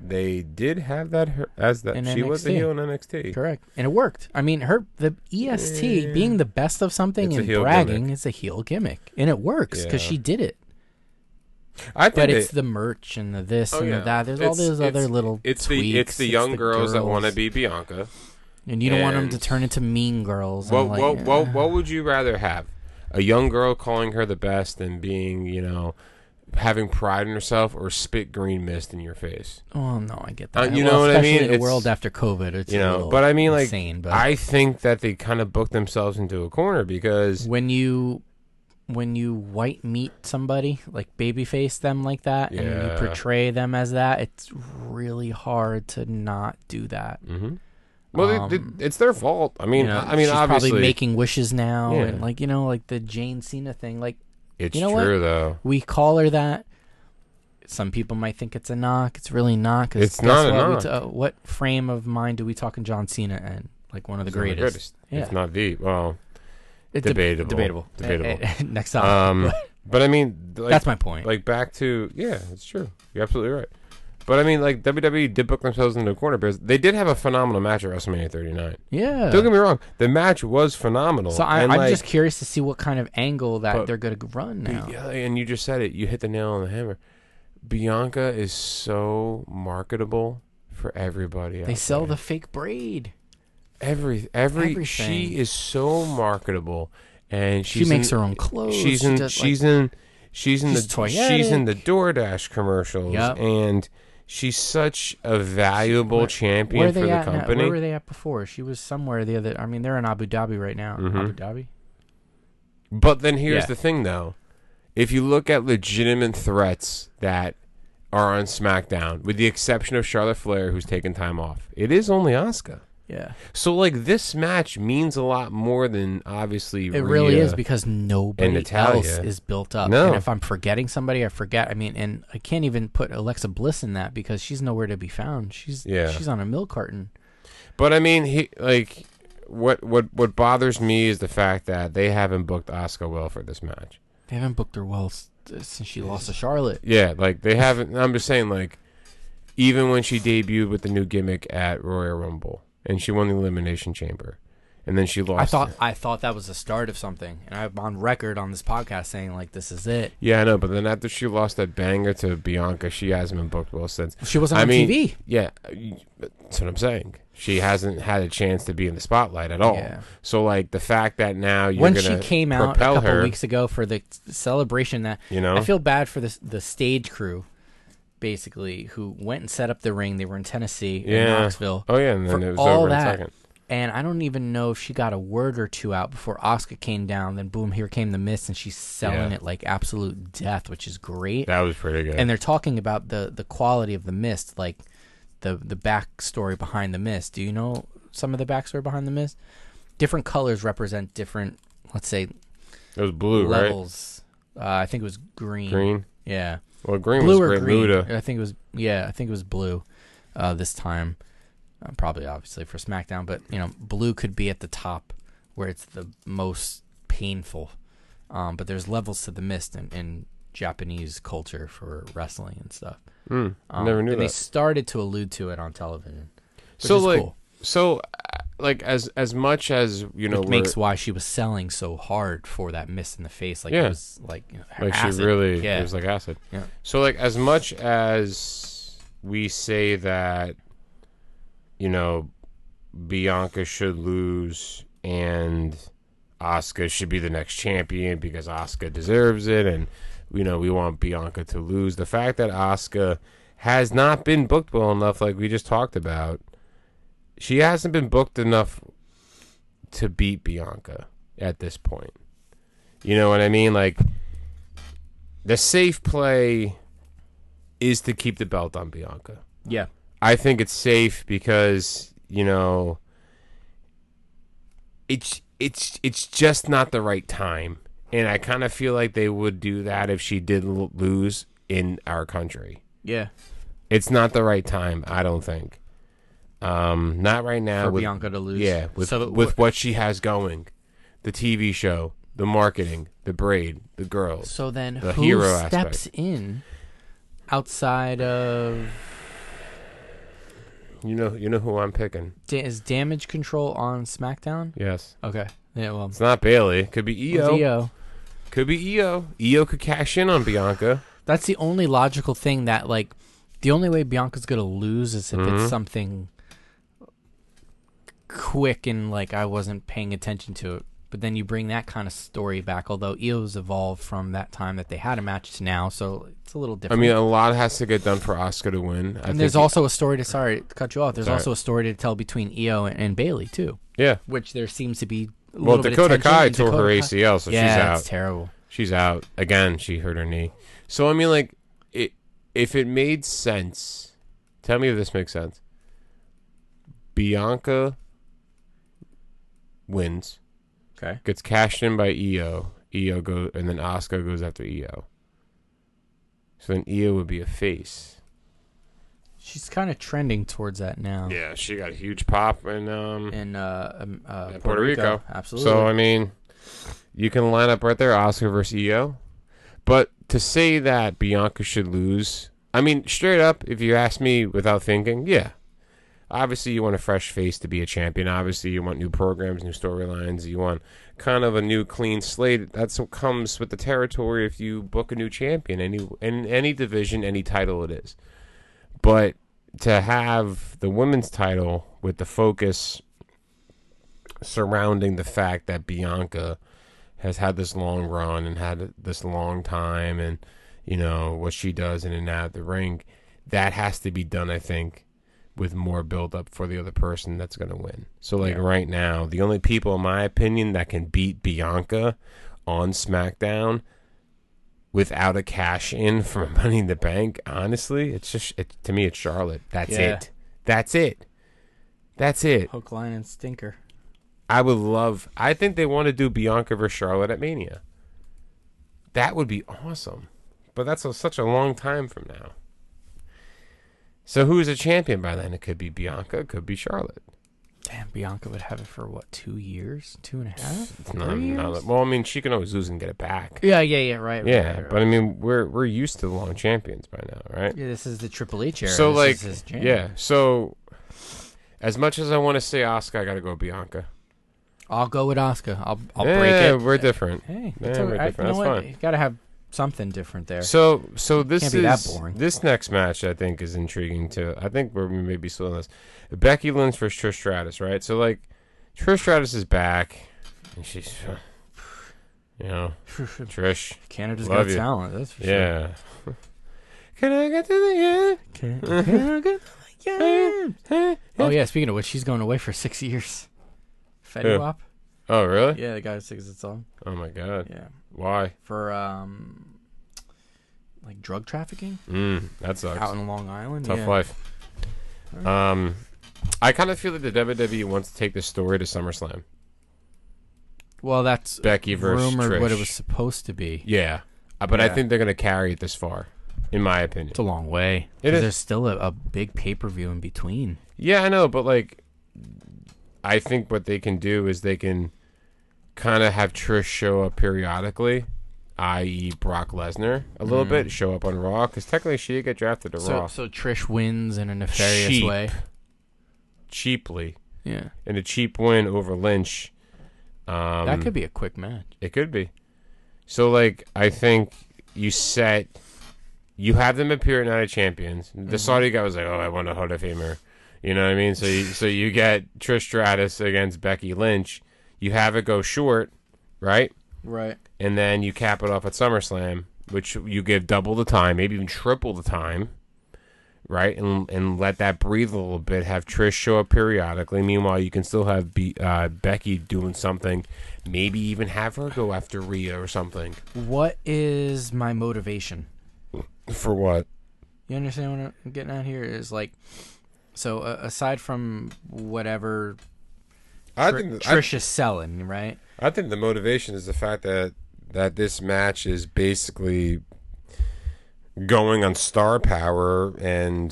They did have that her, as that
In
she was a
NXT.
heel in NXT.
Correct. And it worked. I mean, her the EST being the best of something
It's a
and
heel
bragging
gimmick.
is a heel gimmick, and it works because
Yeah.
she did it.
I think
But
they-
it's the merch and the this
oh,
and
yeah.
the that. There's all
It's-
those other
it's-
little.
It's the it's
tweaks,
the young girls, that want to
girls,
be Bianca.
and you don't want them to
and-
turn into mean girls.
What
and like,
what
eh.
what what would you rather have? A young girl calling her the best and being you know having pride in herself, or spit green mist in your face?
Oh no, I get that.
Uh, you
Well,
know what I
especially
mean?
In the
It's-
world after COVID, it's
you
a
know
little
but i mean like
insane, but
i think that they kind of booked themselves into a corner because
when you when you white meat somebody like babyface them like that and you
Yeah.
portray them as that, it's really hard to not do that.
Mm-hmm. well they- they- it's their fault i mean
Um, You know,
i mean
she's
obviously
probably making wishes now,
Yeah.
and like you know, like the Jane Cena thing. Like
it's
you know what?
true though
we call her that. Some people might think it's a knock. It's really not. Cause
It's
guess
not a
what? We
knock.
t- uh, what frame of mind do we talk in John Cena and like one of the
It's not the
greatest? Yeah.
it's not the well
It deb-
Debatable.
Debatable.
Debatable.
Eh, eh, Next topic.
um but i mean like,
That's my point.
like back to yeah it's true you're absolutely right but i mean like wwe did book themselves into a corner because they did have a phenomenal match at wrestlemania 39
yeah.
don't get me wrong the match was phenomenal
so I,
and,
I'm
like,
just curious to see what kind of angle that
But-
they're going to run now.
Yeah, and you just said it. You hit the nail on the hammer. Bianca is so marketable for everybody.
They sell the fake braid.
every every
everything.
she is so marketable, and
She
she's
makes
in,
her own clothes.
She's
Oh, She
in
does,
she's
like-
in she's in the
She's
she's in the DoorDash commercials,
Yep.
and she's such a valuable champion
where are
for
they
the
at now?
company.
Where were they at before? She was somewhere the other. I mean, they're in Abu Dhabi right now.
Mm-hmm.
Abu Dhabi.
But then here's
Yeah.
the thing, though. If you look at legitimate threats that are on SmackDown, with the exception of Charlotte Flair, who's taken time off, it is only Asuka.
Yeah,
So, like, this match means a lot more than obviously.
it really
Rhea.
is because nobody
Natalia.
else is built up.
No.
And if I'm forgetting somebody, I forget. I mean, and I can't even put Alexa Bliss in that because she's nowhere to be found. She's
Yeah.
she's on a milk carton.
But I mean, he like what what what bothers me is the fact that they haven't booked Asuka well for this match.
They haven't booked her well s- since she lost to Charlotte.
Yeah, like they haven't. I'm just saying, like, even when she debuted with the new gimmick at Royal Rumble and she won the Elimination Chamber, and then she lost.
I thought I thought that was the start of something, and I'm on record on this podcast saying like this is it.
Yeah, I know. But then after she lost that banger to Bianca, she hasn't been booked well since.
She wasn't
I
on
mean,
TV.
Yeah, you- that's what I'm saying. She hasn't had a chance to be in the spotlight at all.
Yeah.
So like the fact that now you're
when she
gonna
came out a
propel
couple
her,
weeks ago for the celebration that
You know?
I feel bad for the the stage crew basically who went and set up the ring. They were in Tennessee in
Yeah.
Knoxville.
Oh, yeah, and then
for
it was
all
over in a
that.
second.
And I don't even know if she got a word or two out before Oscar came down. Then boom, here came the mist, and she's selling
Yeah.
it like absolute death, which is great
that was pretty good.
and they're talking about the the quality of the mist, like the the backstory behind the mist. Do you know some of the backstory behind the mist? Different colors represent different, let's say,
it was blue,
levels. Uh, I think it was green.
right? Green.
Yeah,
Well, green
blue
was
or
great
green.
Luda.
I think it was. Yeah, I think it was blue. Uh, this time, uh, probably obviously for SmackDown, but you know, blue could be at the top where it's the most painful. Um, but there's levels to the mist in, in Japanese culture for wrestling and stuff.
I Hmm. Never knew
Um, And they
that.
started to allude to it on television. Which
So
is
like,
cool.
so uh, like as as much as you know,
Which
we're-
makes why she was selling so hard for that miss in the face. Like
Yeah.
it was like, you know, her
like
acid.
she really
yeah.
it was like acid.
Yeah.
So like as much as we say that you know Bianca should lose and Asuka should be the next champion because Asuka deserves it and you know we want Bianca to lose. The fact that Asuka has not been booked well enough like we just talked about. She hasn't been booked enough to beat Bianca at this point. You know what I mean? Like the safe play is to keep the belt on Bianca.
Yeah.
I think it's safe because you know it's it's it's just not the right time, and I kind of feel like they would do that if she did l- lose in our country.
Yeah.
It's not the right time, I don't think. Um, not right now.
For
with-
Bianca to lose.
yeah, with
So it
with what she has going, the TV show, the marketing, the braid, the girls.
So then,
The
who
hero
steps in outside of
You know, you know who I'm picking.
da- is damage control on SmackDown?
Yes,
Okay. Yeah. Well,
it's not Bailey. Could be Io.
EO.
Could be E Io. Io could cash in on Bianca.
That's the only logical thing that like the only way Bianca's gonna lose is if
Mm-hmm.
it's something quick and like I wasn't paying attention to it. But then you bring that kind of story back, although Io's evolved from that time that they had a match to now, so it's a little
I
different.
mean, a lot has to get done for Oscar to win. I
and there's
think-
also a story to sorry to cut you off. There's
Sorry.
also a story to tell between Io and, and Bailey too,
yeah.
which there seems to be. A
Well,
little bit of
Dakota
tension.
Kai
And
tore her
Dakota Kai-
ACL, so
yeah,
she's out.
that's terrible.
she's out again. She hurt her knee. So I mean, like, it, if it made sense, tell me if this makes sense. Bianca wins,
Okay.
gets cashed in by E EO. EO goes, and then Oscar goes after EO. So then EO would be a face.
She's kind of trending towards that now.
Yeah, she got a huge pop, and um,
in uh, um, uh,
in
Puerto,
Puerto Rico.
Absolutely.
So I mean, you can line up right there, Oscar versus EO. But to say that Bianca should lose, I mean, straight up, if you ask me without thinking, yeah. Obviously, you want a fresh face to be a champion. Obviously, you want new programs, new storylines. You want kind of a new clean slate. That's what comes with the territory if you book a new champion, any in any division, any title it is. But to have the women's title with the focus surrounding the fact that Bianca has had this long run and had this long time and you know what she does in and out of the ring that has to be done I think with more build up for the other person that's going to win. So like
Yeah.
right now the only people in my opinion that can beat Bianca on SmackDown without a cash in from Money in the Bank, honestly, it's just it, to me it's Charlotte. That's
Yeah.
it. That's it. That's it.
Hook, line, and stinker.
I would love. I think they want to do Bianca versus Charlotte at Mania. That would be awesome, but that's a, such a long time from now. So who's a champion by then? It could be Bianca. It could be Charlotte.
Damn, Bianca would have it for what? Two years? Two and a half?
It's not,
Three years?
not- well, I mean, she can always lose and get it back.
Yeah, yeah, yeah. Right. right,
Yeah,
right, right.
but I mean, we're we're used to long champions by now, right?
yeah, this is the Triple H era.
So
This
like,
is his jam.
yeah. So as much as I want to say Oscar, I gotta go Bianca.
I'll go with Oscar. I'll, I'll
yeah,
break it.
we're different.
Hey,
Yeah,
that's all
we're
right.
different.
You know
That's
what?
fine.
You gotta have something different there.
So, so this
Can't
is
be that boring.
this next match. I think is intriguing too. I think we're maybe still in this. Becky Lynch versus Trish Stratus, right? So like, Trish Stratus is back, and she's, you know, Trish.
Canada's
Love
got
you.
talent. That's for sure.
Yeah. Can I get to the end?
Can- Canada- yeah.
Huh?
Oh yeah. Speaking of which, she's going away for six years.
Who?
Fetty Wap.
Oh really?
Yeah, the guy who sings the song.
Oh my god.
Yeah.
Why?
For um, like drug trafficking.
Mm, that sucks.
out in Long Island.
Tough
yeah.
life. Um, I kind of feel that the WWE wants to take this story to SummerSlam.
Well, that's
Becky versus
rumored what it
Trish.
was supposed to be.
Yeah, Uh, but I
Yeah.
think they're gonna carry it this far, in my opinion.
It's a long way.
It
'Cause
is.
There's still a, a big pay per view in between.
Yeah, I know, but like, I think what they can do is they can kind of have Trish show up periodically, i.e., Brock Lesnar a little bit, show up on Raw because technically she did get drafted to
Mm-hmm. So,
Raw
so Trish wins in a nefarious
Cheap.
way.
cheaply
Yeah,
and a cheap win over Lynch. Um,
that could be a quick match.
It could be. So like I think you set you have them appear at Night of Champions. The Saudi guy was like, Oh, I want a Hall of Famer. You know what I mean? So you so you get Trish Stratus against Becky Lynch. You have it go short, right?
Right.
And then you cap it off at SummerSlam, which you give double the time, maybe even triple the time. right? And and let that breathe a little bit. Have Trish show up periodically. Meanwhile, you can still have Be- uh, Becky doing something. Maybe even have her go after Rhea or something.
What is my motivation?
For what?
You understand what I'm getting at here? Is like, so uh, aside from whatever
I
Tr-
think
Trish is selling, right?
I think the motivation is the fact that that this match is basically going on star power and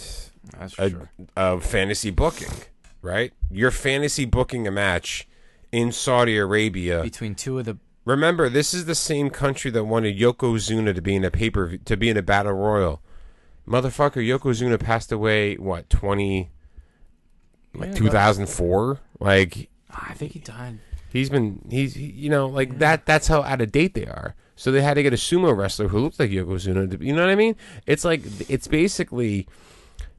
That's
a, a fantasy booking, right? You're fantasy booking a match in Saudi Arabia.
Between two of the
Remember, this is the same country that wanted Yokozuna to be in a paper to be in a battle royal. Motherfucker, Yokozuna passed away what twenty
Yeah,
like
that-
two thousand four. Like
I think he died.
He's been he's he- you know like that. That's how out of date they are. So they had to get a sumo wrestler who looked like Yokozuna. To, you know what I mean? It's like it's basically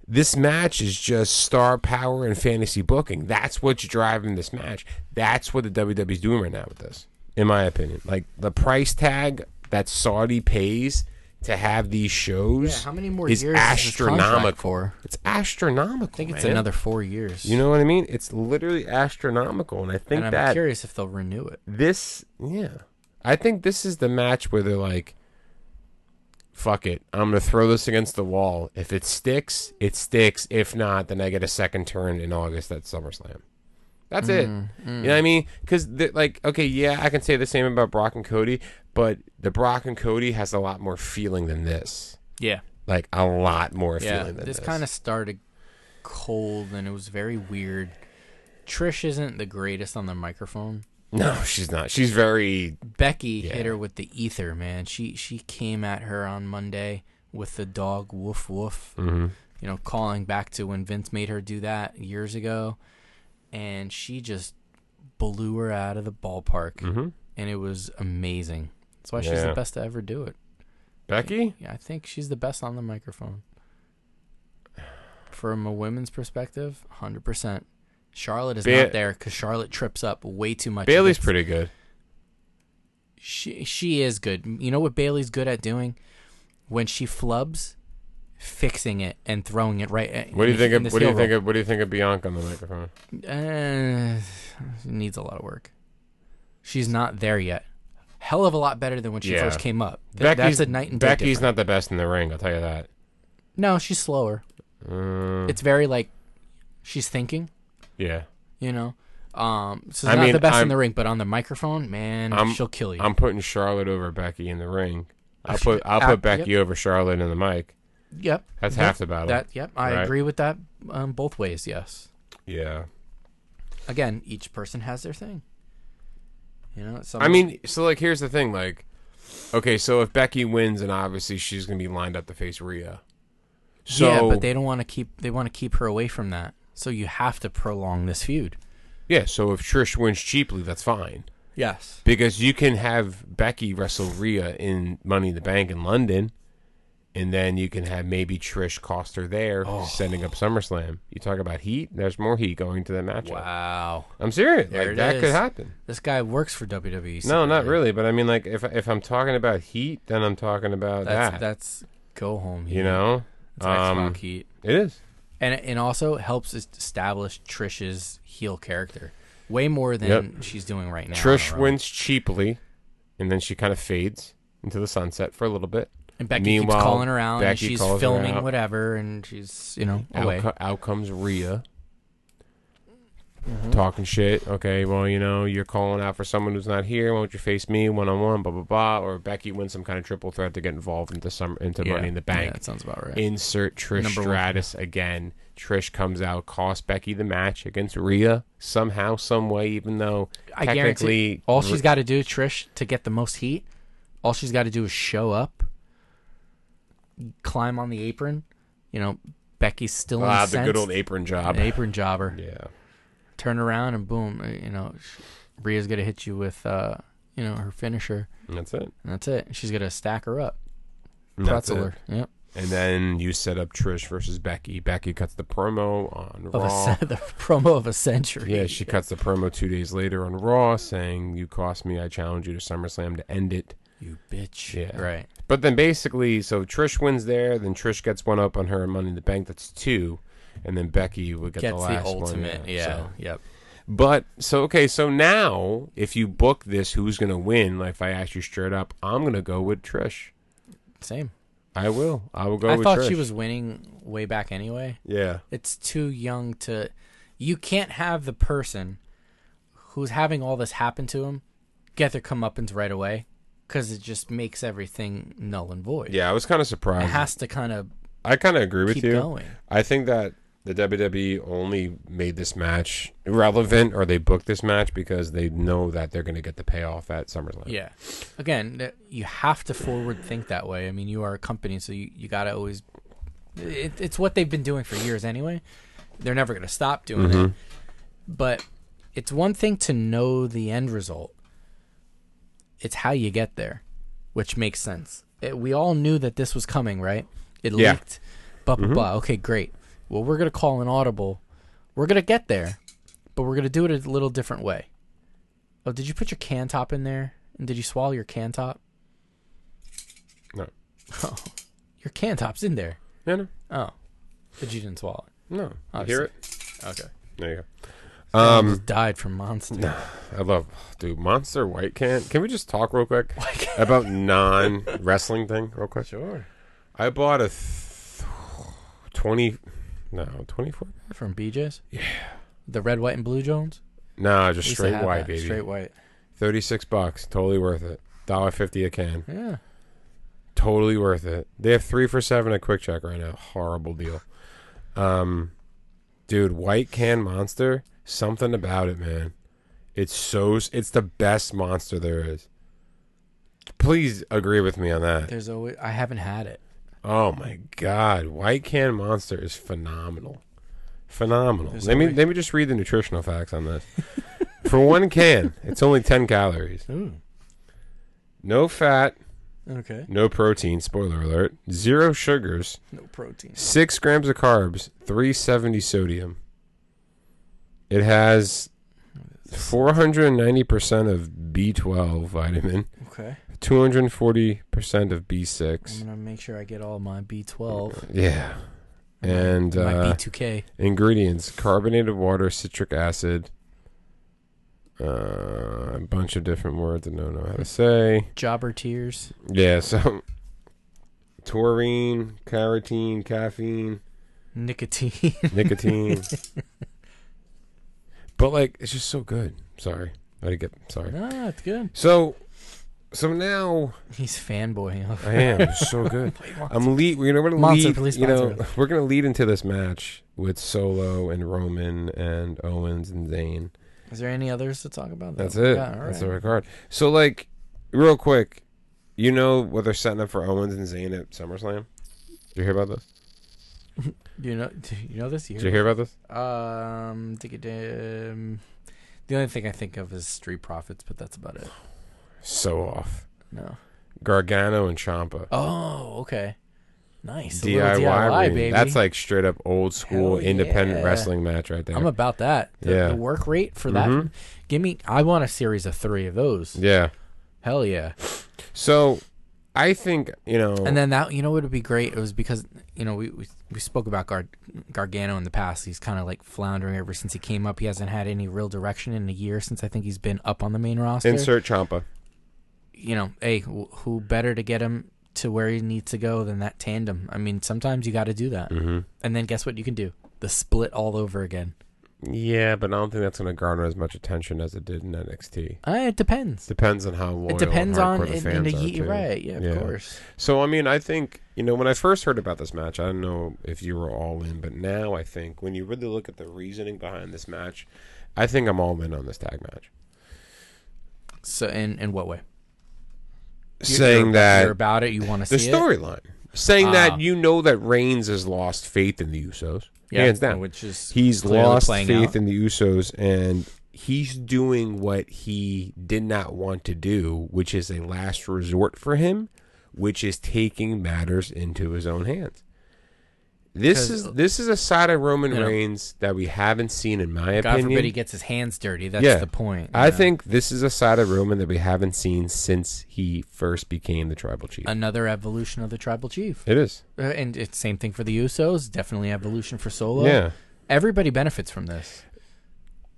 this match is just star power and fantasy booking. That's what's driving this match. That's what the WWE's doing right now with this, in my opinion. Like the price tag that Saudi pays to have these shows.
Yeah, how many more
is
years is this contract
astronomical?
for?
It's astronomical.
I think it's
man.
another four years.
You know what I mean? It's literally astronomical, and I think
and I'm
that
curious if they'll renew it.
this yeah i think this is the match where they're like fuck it i'm gonna throw this against the wall if it sticks it sticks if not then i get a second turn in august at summerslam that's
Mm,
it you know what i mean because like okay yeah i can say the same about brock and cody but the brock and cody has a lot more feeling than this
Yeah,
like a lot more
yeah.
feeling than
This
this,
kind of started cold, and it was very weird. Trish isn't the greatest on the microphone.
no she's not she's very
Becky
Yeah.
hit her with the ether, man. She she came at her on Monday with the dog woof woof. You know, calling back to when Vince made her do that years ago, and she just blew her out of the ballpark, and it was amazing. That's why she's
Mm-hmm. Yeah.
the best to ever do it.
becky
Yeah, I think she's the best on the microphone. From a women's perspective, hundred percent. Charlotte is
Ba-
not there because Charlotte trips up way too much. and
bailey's
gets-
pretty good
she she is good. You know what Bailey's good at doing? When she flubs, fixing it and throwing it right. At,
what do you think
in the-
of
in this
what do you
heel
think
roll.
of what do you think of bianca on the microphone
Uh, needs a lot of work. She's not there yet. Hell of a lot better than when she
Yeah.
first came up. Th- that's a night and day
Becky's
difference.
not the best in the ring. I'll tell you that.
No, she's slower.
Uh.
It's very like she's thinking.
Yeah,
You know. Um, so
I
not
mean,
the best
I'm-
in the ring, but on the microphone, man,
I'm-
she'll kill you.
I'm putting Charlotte over Becky in the ring. I'll put I'll put
uh,
Becky over Charlotte in the mic.
yep,
That's
Yep.
half the battle.
That yep, I
Right.
agree with that um, both ways. Yes.
yeah,
again, each person has their thing. You know, some
I mean, so like, here's the thing. Like, okay, so if Becky wins, and obviously she's gonna be lined up to face Rhea. So
yeah, but they don't want to keep they want to keep her away from that. So you have to prolong this feud.
yeah, so if Trish wins cheaply, that's fine
Yes.
because you can have Becky wrestle Rhea in Money in the Bank in London. And then you can have maybe Trish cost her there,
Oh.
sending up SummerSlam. You talk about heat. There's more heat going to that matchup.
Wow.
I'm serious.
There it
like that
is.
could happen.
This guy works for E, WWE.
No, not
secretly.
really. But I mean, like if if I'm talking about heat, then I'm talking about
That's
that.
that's go home.
you know,
It's Xbox
Um,
heat.
it is.
And and also helps establish Trish's heel character way more than she's doing right now. on
Trish
her own.
wins cheaply, and then she kind of fades into the sunset for a little bit.
and Becky
Meanwhile,
keeps calling her out and
Becky
she's
calls her
filming
out.
whatever and she's, you know, away.
Out, co- out comes Rhea.
Mm-hmm.
Talking shit. Okay, well, you know, you're calling out for someone who's not here. Why don't you face me one on one? Blah blah blah. Or Becky wins some kind of triple threat to get involved into some into
Yeah.
Money in the Bank.
Yeah, that sounds about right.
insert Trish
Number one.
Stratus again. Trish comes out, costs Becky the match against Rhea somehow, some way, even though
I
technically
guarantee all she's got to do, Trish, to get the most heat, all she's got to do is show up, climb on the apron. You know, Becky's still
Ah,
incensed.
the good old apron job.
An apron jobber.
Yeah.
Turn around and boom, uh, you know, sh- Rhea's gonna hit you with, uh, you know, her finisher,
That's it.
and that's it. She's gonna stack her up,
And that's
pretzel her. Yep.
it. And then you set up Trish versus Becky. Becky cuts the promo on
Of a
Raw.
se- Oh, the promo of a century.
Yeah, she cuts the promo two days later on Raw saying, You cost me, I challenge you to SummerSlam to end it.
You bitch.
Yeah.
Right.
But then basically, so Trish wins there. Then Trish gets one up on her in Money in the Bank. That's two, and then Becky would get
Gets
the
the,
last
ultimate.
One,
yeah.
so.
Yep.
But so okay, so now if you book this, who's gonna win? Like if I ask you straight up, I'm gonna go with Trish.
Same.
I will. I will go.
I
with
thought
Trish.
she was winning way back anyway.
Yeah.
It's too young to. You can't have the person who's having all this happen to him get their comeuppance right away because it just makes everything null and void.
Yeah, I was kind of
It
surprised.
has to kind of
I kind of agree with
keep
you.
going.
I think that the WWE only made this match relevant, or they booked this match because they know that they're going to get the payoff at SummerSlam.
Yeah. Again, th- you have to forward think that way. I mean, you are a company, so you, you got to always. It, it's what they've been doing for years anyway. They're never going to stop doing it. But it's one thing to know the end result, it's how you get there, which makes sense. It, we all knew that this was coming, right? It
Yeah. Mm-hmm.
leaked. Blah, blah, blah. Okay, great. Well, we're going to call an audible. We're going to get there, but we're going to do it a little different way. Oh, did you put your can top in there? And did you swallow your can top?
No.
Your can top's in there.
Yeah, no.
Oh, but you didn't swallow it.
No. You
Obviously.
hear it?
Okay.
There you go.
I
Um,
just died from monster.
I love, dude, Monster White Can. Can we just talk real quick about non wrestling thing, real quick?
Sure.
I bought a th- 20, no, 24?
From BJ's. Yeah. The red, white, and blue Jones.
Nah, just
We used to
straight
have
white,
that.
baby.
Straight white.
36 bucks. Totally worth it. $1.50 a can.
Yeah.
Totally worth it. They have three for seven at Quick Check right now. Horrible deal. Um, dude, White Can Monster. Something about it, man. It's so. It's the best monster there is. Please agree with me on that.
There's always. I haven't had it.
Oh my God, White Can Monster is phenomenal, phenomenal.
There's
let
no
me
way.
let me just read the nutritional facts on this. for one can, it's only ten calories.
Ooh.
No fat,
Okay.
no protein. Spoiler alert. Zero sugars.
No protein.
six grams of carbs, 370 sodium. It has 490% of B12 vitamin,
Okay.
240% of
I'm
B6.
gonna make sure I get all my B12
Yeah. And
my
uh,
B2K.
ingredients carbonated water, citric acid, uh, a bunch of different words I don't know how to say.
Jobber tears.
Yeah, so taurine, carotene, caffeine.
Nicotine.
nicotine. but like, it's just so good. Sorry, I didn't get sorry.
ah, it's good.
So, so now
He's fanboying. off.
I am It's so good. I'm lead. We're gonna
Monster,
lead.
please
you know,
sponsor
we're gonna lead into this match with Solo and Roman and Owens and Zayn.
Is there any others to talk about?
That's
though?
it.
Oh, Yeah, all
That's the
right.
record. So like, real quick, you know what they're setting up for Owens and Zayn at SummerSlam? Did you hear about this?
You know, do you know this
Did you
year.
hear about this?
Um, dig-a-dim. the only thing I think of is Street Profits, but that's about it.
So off.
No.
Gargano and Champa.
Oh, okay. Nice. A little
DIY, ring.
baby.
That's like straight up old school
Hell
independent
yeah.
wrestling match right there.
I'm about that. The,
Yeah.
the work rate for that.
Mhm.
Give me. I want a series of three of those.
yeah.
Hell yeah.
So I think, you know,
And then that you know what would be great? It was because you know we we, we spoke about Gar- Gargano in the past. He's kind of like floundering ever since he came up. He hasn't had any real direction in a year since I think he's been up on the main roster.
insert Champa.
you know, hey, wh- who better to get him to where he needs to go than that tandem? I mean, sometimes you got to do that.
Mhm.
And then guess what you can do? The split all over again.
Yeah, but I don't think that's going to garner as much attention as it did in NXT.
Uh, it depends.
Depends on how loyal
It depends
and
on
hardcore the
in, in
fans
a
are,
ye-
too.
right? Yeah, of
Yeah.
course.
So I mean, I think you know when I first heard about this match, I don't know if you were all in, but now I think when you really look at the reasoning behind this match, I think I'm all in on this tag match.
So, in in what way? You're-
Saying
you're,
that
you're about it, you want to see
the
it?
storyline saying that
Ah.
you know that Reigns has lost faith in the Usos,
Yeah,
hands down.
which is
he's
clearly
lost
playing
faith
out.
in the Usos, and he's doing what he did not want to do, which is a last resort for him, which is taking matters into his own hands. This
'Cause-
is this is a side of Roman
You know.
Reigns that we haven't seen, in my
God
opinion.
forbid he gets his hands dirty. That's the point.
I
you know?
think this is a side of Roman that we haven't seen since he first became the tribal chief.
another evolution of the tribal chief,
it is.
Uh, and it's same thing for the Usos. Definitely evolution for Solo.
Yeah.
everybody benefits from this.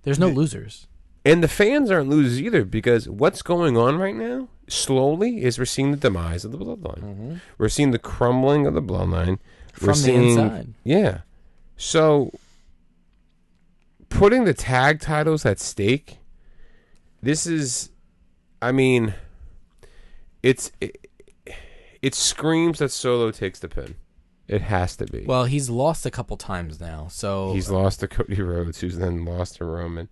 There's no losers.
And the fans aren't losers either because what's going on right now, slowly, is we're seeing the demise of the bloodline. We're seeing the crumbling of the bloodline.
Mm-hmm. From
we're
the
seeing,
inside.
Yeah. So putting the tag titles at stake, this is, I mean, it's it, it screams that Solo takes the pin. It has to be.
Well, he's lost a couple times now, so
He's lost to Cody Rhodes, who's then lost to Roman.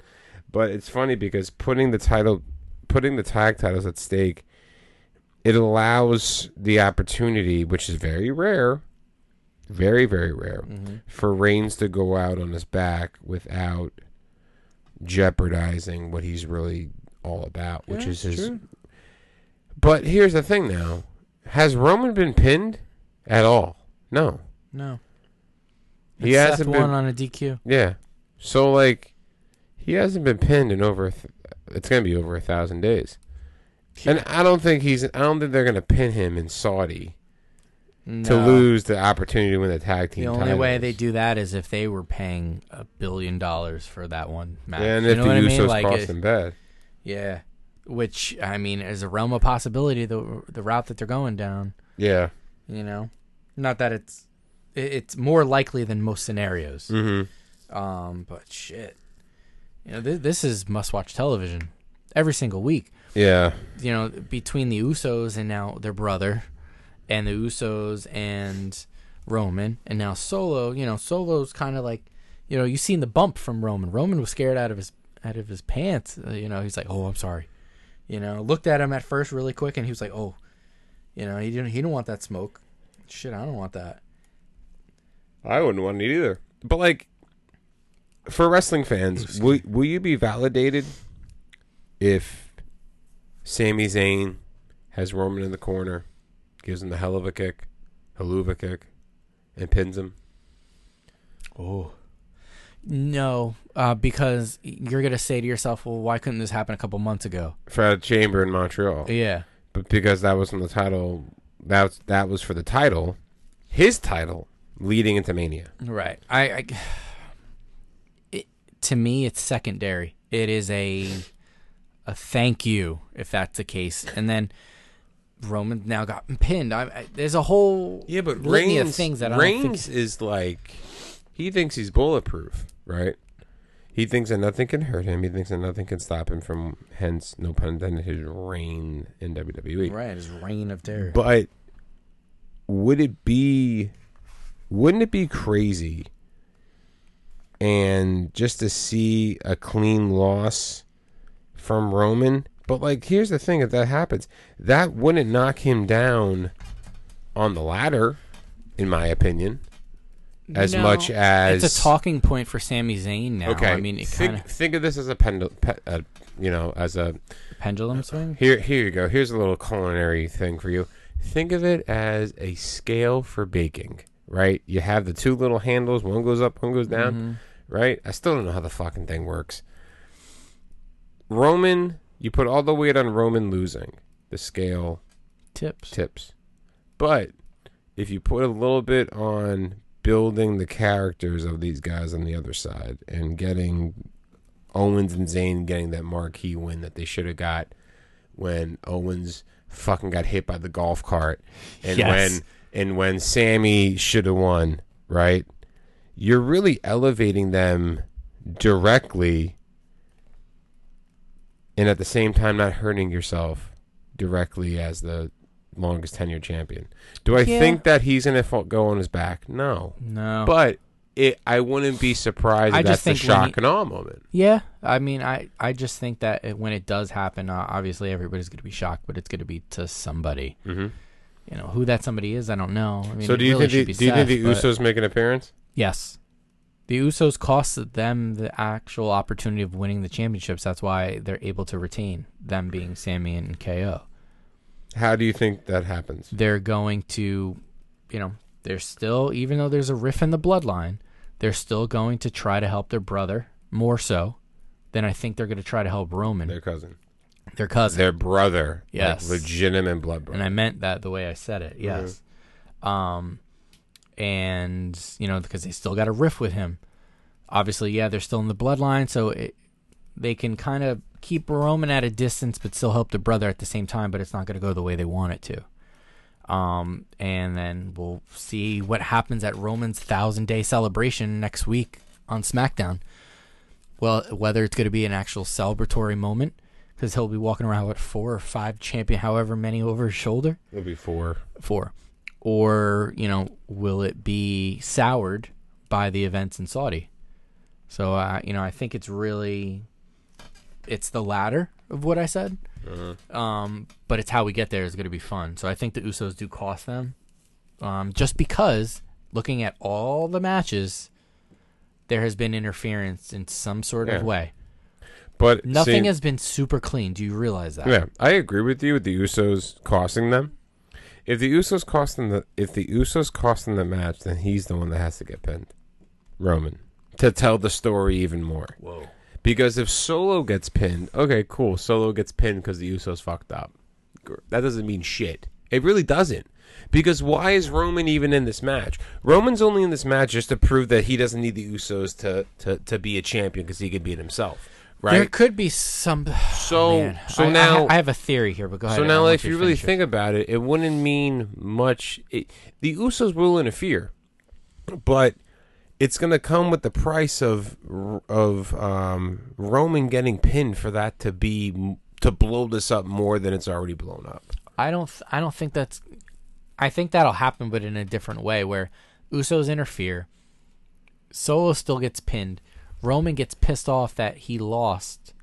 But it's funny because putting the title, putting the tag titles at stake, it allows the opportunity, which is very rare, very very rare, for Reigns to go out on his back without jeopardizing what he's really all about, which is his. But here's the thing now: has Roman been pinned at all? No,
no.
he
Except
hasn't
one
been
on a DQ.
yeah. So like, he hasn't been pinned in over. a Th- it's gonna be over a thousand days, and I don't think he's. I don't think they're gonna pin him in Saudi to
No.
lose the opportunity to win the tag team.
The only
titles.
way they do that is if they were paying a billion dollars for that one match.
Yeah, and
you
if
know
the
what I
Usos
mean? Like,
cost
it-
them bad,
yeah, which I mean is a realm of possibility. The the route that they're going down,
yeah.
you know, not that it's it- it's more likely than most scenarios.
Mm-hmm.
Um, but shit, you know, th- this is must watch television every single week.
Yeah.
you know, between the Usos and now their brother, and the Usos and Roman, and now Solo. You know, Solo's kind of like, you know, you seen the bump from Roman. Roman was scared out of his out of his pants. Uh, you know, he's like, "Oh, I'm sorry." You know, looked at him at first really quick, and he was like, "Oh," you know, he didn't he didn't want that smoke. Shit, I don't want that.
I wouldn't want it either. But like, for wrestling fans, will will you be validated if Sami Zayn has Roman in the corner, gives him the hell of a kick, haluva kick, and pins him?
Oh. No, uh, because you're gonna say to yourself, "Well, why couldn't this happen a couple months ago?"
for a chamber in Montreal.
Yeah.
But because that was on the title, that was, that was for the title, his title leading into Mania.
Right. I, I it, to me it's secondary. It is a a thank you if that's the case. And then Roman now got pinned. I, I, there's a whole litany of things that I don't
Reigns
think
is like he thinks he's bulletproof, right? He thinks that nothing can hurt him. He thinks that nothing can stop him from, hence, no pun intended, his reign in E. WWE.
right is reign of terror.
But would it be wouldn't it be crazy and just to see a clean loss from Roman? But like here's the thing if that happens, that wouldn't knock him down on the ladder, in my opinion. As
No,
much as
it's a talking point for Sami Zayn now.
Okay,
I mean, it
think,
kind of
think of this as a pendulum, pe- uh, you know, as a
pendulum swing.
here, here you go. Here's a little culinary thing for you. Think of it as a scale for baking, right? You have the two little handles. One goes up, one goes down, right? I still don't know how the fucking thing works. Roman, you put all the weight on Roman losing. The scale
Tips.
tips. But if you put a little bit on building the characters of these guys on the other side and getting Owens and Zayn getting that marquee win that they should have got when Owens fucking got hit by the golf cart and
Yes.
when and when Sammy should have won, right? You're really elevating them directly and at the same time not hurting yourself directly as the longest tenured champion. Do I
Yeah.
think that he's gonna fall, go on his back? No,
No.
but it, I wouldn't be surprised.
I
if
just
that's the
think when
shock and awe moment.
Yeah, I mean, I, I just think that it, when it does happen, uh, obviously everybody's going to be shocked, but it's going to be to somebody. Mm-hmm. You know who that somebody is, I don't know. I mean,
so
it
do you
really
think
should
the,
be
do you think
Seth,
the
but-
Usos make an appearance?
Yes, the Usos cost them the actual opportunity of winning the championships. That's why they're able to retain them being Sammy and KO.
How do you think that happens?
They're going to, you know, They're still, even though there's a riff in the bloodline, they're still going to try to help their brother more so than I think they're going to try to help Roman,
Their cousin.
their cousin.
Their brother. like,
Yes.
legitimate blood brother.
and I meant that the way I said it. Yes. Um, and you know because they still got a riff with him. Obviously, yeah, they're still in the bloodline, so it, they can kind of keep Roman at a distance, but still help the brother at the same time. But it's not going to go the way they want it to. Um, and then we'll see what happens at Roman's thousand day celebration next week on SmackDown. Well, whether it's going to be an actual celebratory moment, because he'll be walking around with four or five champion, however many over his shoulder,
It'll be four.
four, or you know, will it be soured by the events in Saudi? So, uh, you know, I think it's really, it's the latter of what I said, um, but it's how we get there is going to be fun. So I think the Usos do cost them, um, just because looking at all the matches, there has been interference in some sort
Yeah.
of way.
But
Nothing
seeing-
has been super clean. Do you realize that?
Yeah, I agree with you with the Usos costing them. If the Usos cost them the if the Usos cost them the match, then he's the one that has to get pinned. Roman. To tell the story even more. Whoa. Because if Solo gets pinned, okay, cool. Solo gets pinned because the Usos fucked up. Gr- That doesn't mean shit. It really doesn't. Because why is Roman even in this match? Roman's only in this match just to prove that he doesn't need the Usos to to, to be a champion because he can be it himself. Right?
There could be some.
So-
Man,
so
I- I ha-
now-
I, have a theory here, but go ahead.
So
I
now,
want
if
you
you
to
really
finish it.
think about it, it wouldn't mean much. It, the Usos will interfere, but it's going to come with the price of of um, Roman getting pinned for that to be to blow this up more than it's already blown up.
I don't. th- I don't think that's. I think that'll happen, but in a different way, where Usos interfere. Solo still gets pinned. Roman gets pissed off that he lost.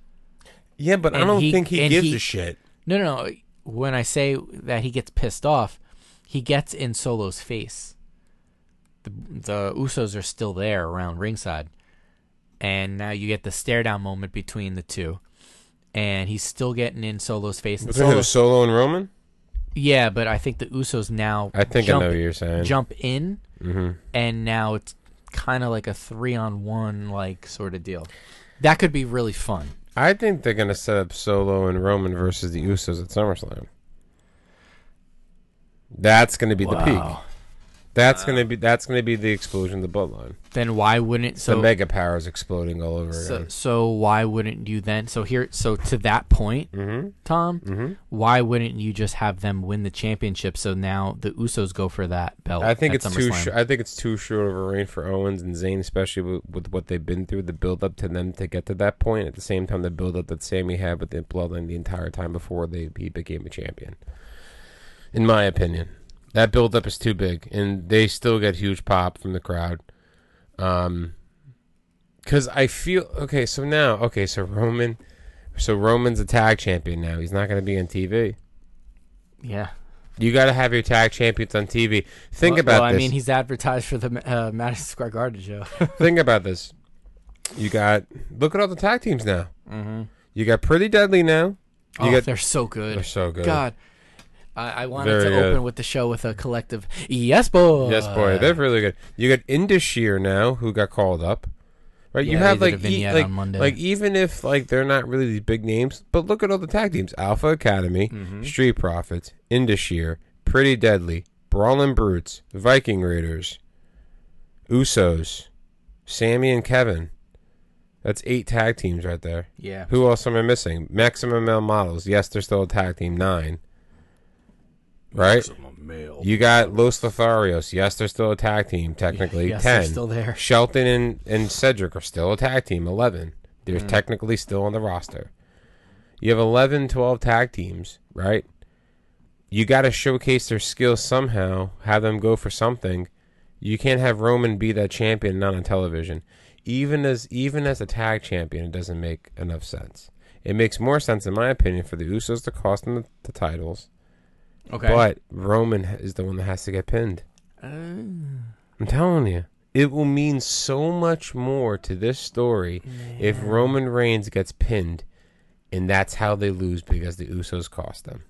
Yeah, but I
And
don't
he-
think he
and
gives
he-
a shit.
No, no, no. When I say that he gets pissed off, he gets in Solo's face. The, the Usos are still there around ringside. And now you get the stare down moment between the two. And he's still getting in Solo's face. And
Between
Solo,
Solo and Roman,
yeah, but I think the Usos now
I think
jump,
I know what you're saying. Mm-hmm.
jump in. And now it's kind of like a three on one, like sort of deal. That could be really fun.
I think they're going to set up Solo and Roman versus the Usos at SummerSlam. That's going to be the peak. That's gonna be that's gonna be the explosion of the bloodline.
Then why wouldn't so
the mega powers exploding all over
So,
again.
so why wouldn't you then? So here, so to that point,
Mm-hmm.
Tom, why wouldn't you just have them win the championship? So now the Usos go for that belt.
I think
at
it's too.
SummerSlam?
Sh- I think it's too short of a reign for Owens and Zayn, especially with, with what they've been through. The build up to them to get to that point. At the same time, the build up that Sammy had with the bloodline the entire time before they he became a champion. In my opinion, that build up is too big, and they still get huge pop from the crowd. Um, because I feel okay. So now, okay, so Roman, so Roman's a tag champion now. He's not going to be on TV.
yeah.
You got to have your tag champions on TV. Think
Well-
about
well,
this.
I mean, he's advertised for the uh, Madison Square Garden show.
Think about this. You got look at all the tag teams now. Mm-hmm. You got Pretty Deadly now. You
oh,
got
they're so good.
they're so good.
God, I, I wanted
Very
to
good.
open with the show with a collective yes, boy.
Yes, boy, they're really good. You got Indashir now, who got called up. Right, you
Yeah,
have
they
like,
did a
e-
vignette
like,
on Monday.
like even if like they're not really these big names, but look at all the tag teams: Alpha Academy,
Mm-hmm.
Street Profits, Indashir, Pretty Deadly, Brawlin' Brutes, Viking Raiders, Usos, Sammy and Kevin. That's eight tag teams right there.
Yeah.
Who else am I missing? Maximum Male Models. Yes, they're still a tag team. Nine. Right? You got Los Lotharios. Yes, they're still a tag team, technically.
Yes, they're
Ten.
still there.
Shelton and, and Cedric are still a tag team. Eleven. They're
Mm.
technically still on the roster. You have 11, 12 tag teams, right? You got to showcase their skills somehow, have them go for something. You can't have Roman be that champion not on television. Even as even as a tag champion, it doesn't make enough sense. It makes more sense, in my opinion, for the Usos to cost them the, the titles
Okay.
but Roman h- is the one that has to get pinned.
Uh,
I'm telling you. It will mean so much more to this story if Roman Reigns gets pinned, and that's how they lose because the Usos cost them.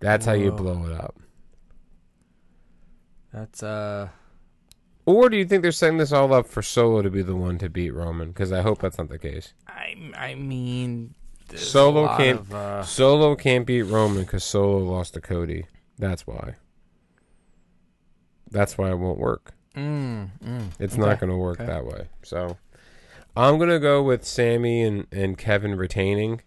That's how you blow it up.
That's uh
Or do you think they're setting this all up for Solo to be the one to beat Roman? Because I hope that's not the case.
I I mean there's a
Solo
lot
can't-
of, uh,
Solo can't beat Roman because Solo lost to Cody. That's why. That's why it won't work.
mm, mm.
It's
Okay,
not going to work
okay.
that way. So I'm going to go with Sammy and, and Kevin retaining.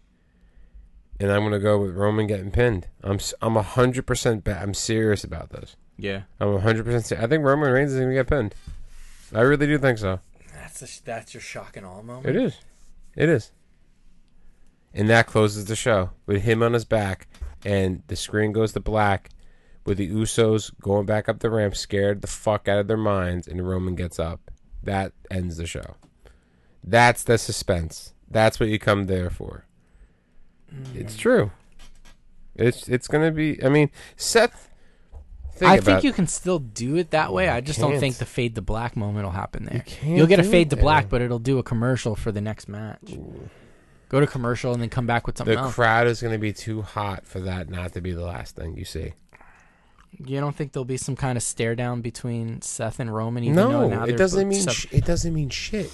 And I'm going to go with Roman getting pinned. I'm s- I'm 100% ba- I'm serious about this.
Yeah.
I'm 100% se- I think Roman Reigns is going to get pinned. I really do think so.
That's a, that's your shock and all moment.
It is. It is. And that closes the show with him on his back, and the screen goes to black with the Usos going back up the ramp, scared the fuck out of their minds, and Roman gets up. That ends the show. That's the suspense. That's what you come there for.
Mm.
It's true. It's it's gonna be. I mean, Seth. Think
I
about
think you can still do it that way. I just don't
can't.
think the fade to black moment will happen there.
can't
will get a
do
fade
it
to black, but it'll do a commercial for the next match. Go to commercial and then come back with something
the
else.
crowd is gonna be too hot for that not to be the last thing you see.
you don't think there'll be some kind of stare down between Seth and Roman? Even though now
No, it
they're
doesn't
both
mean
sub-
sh- it doesn't mean shit.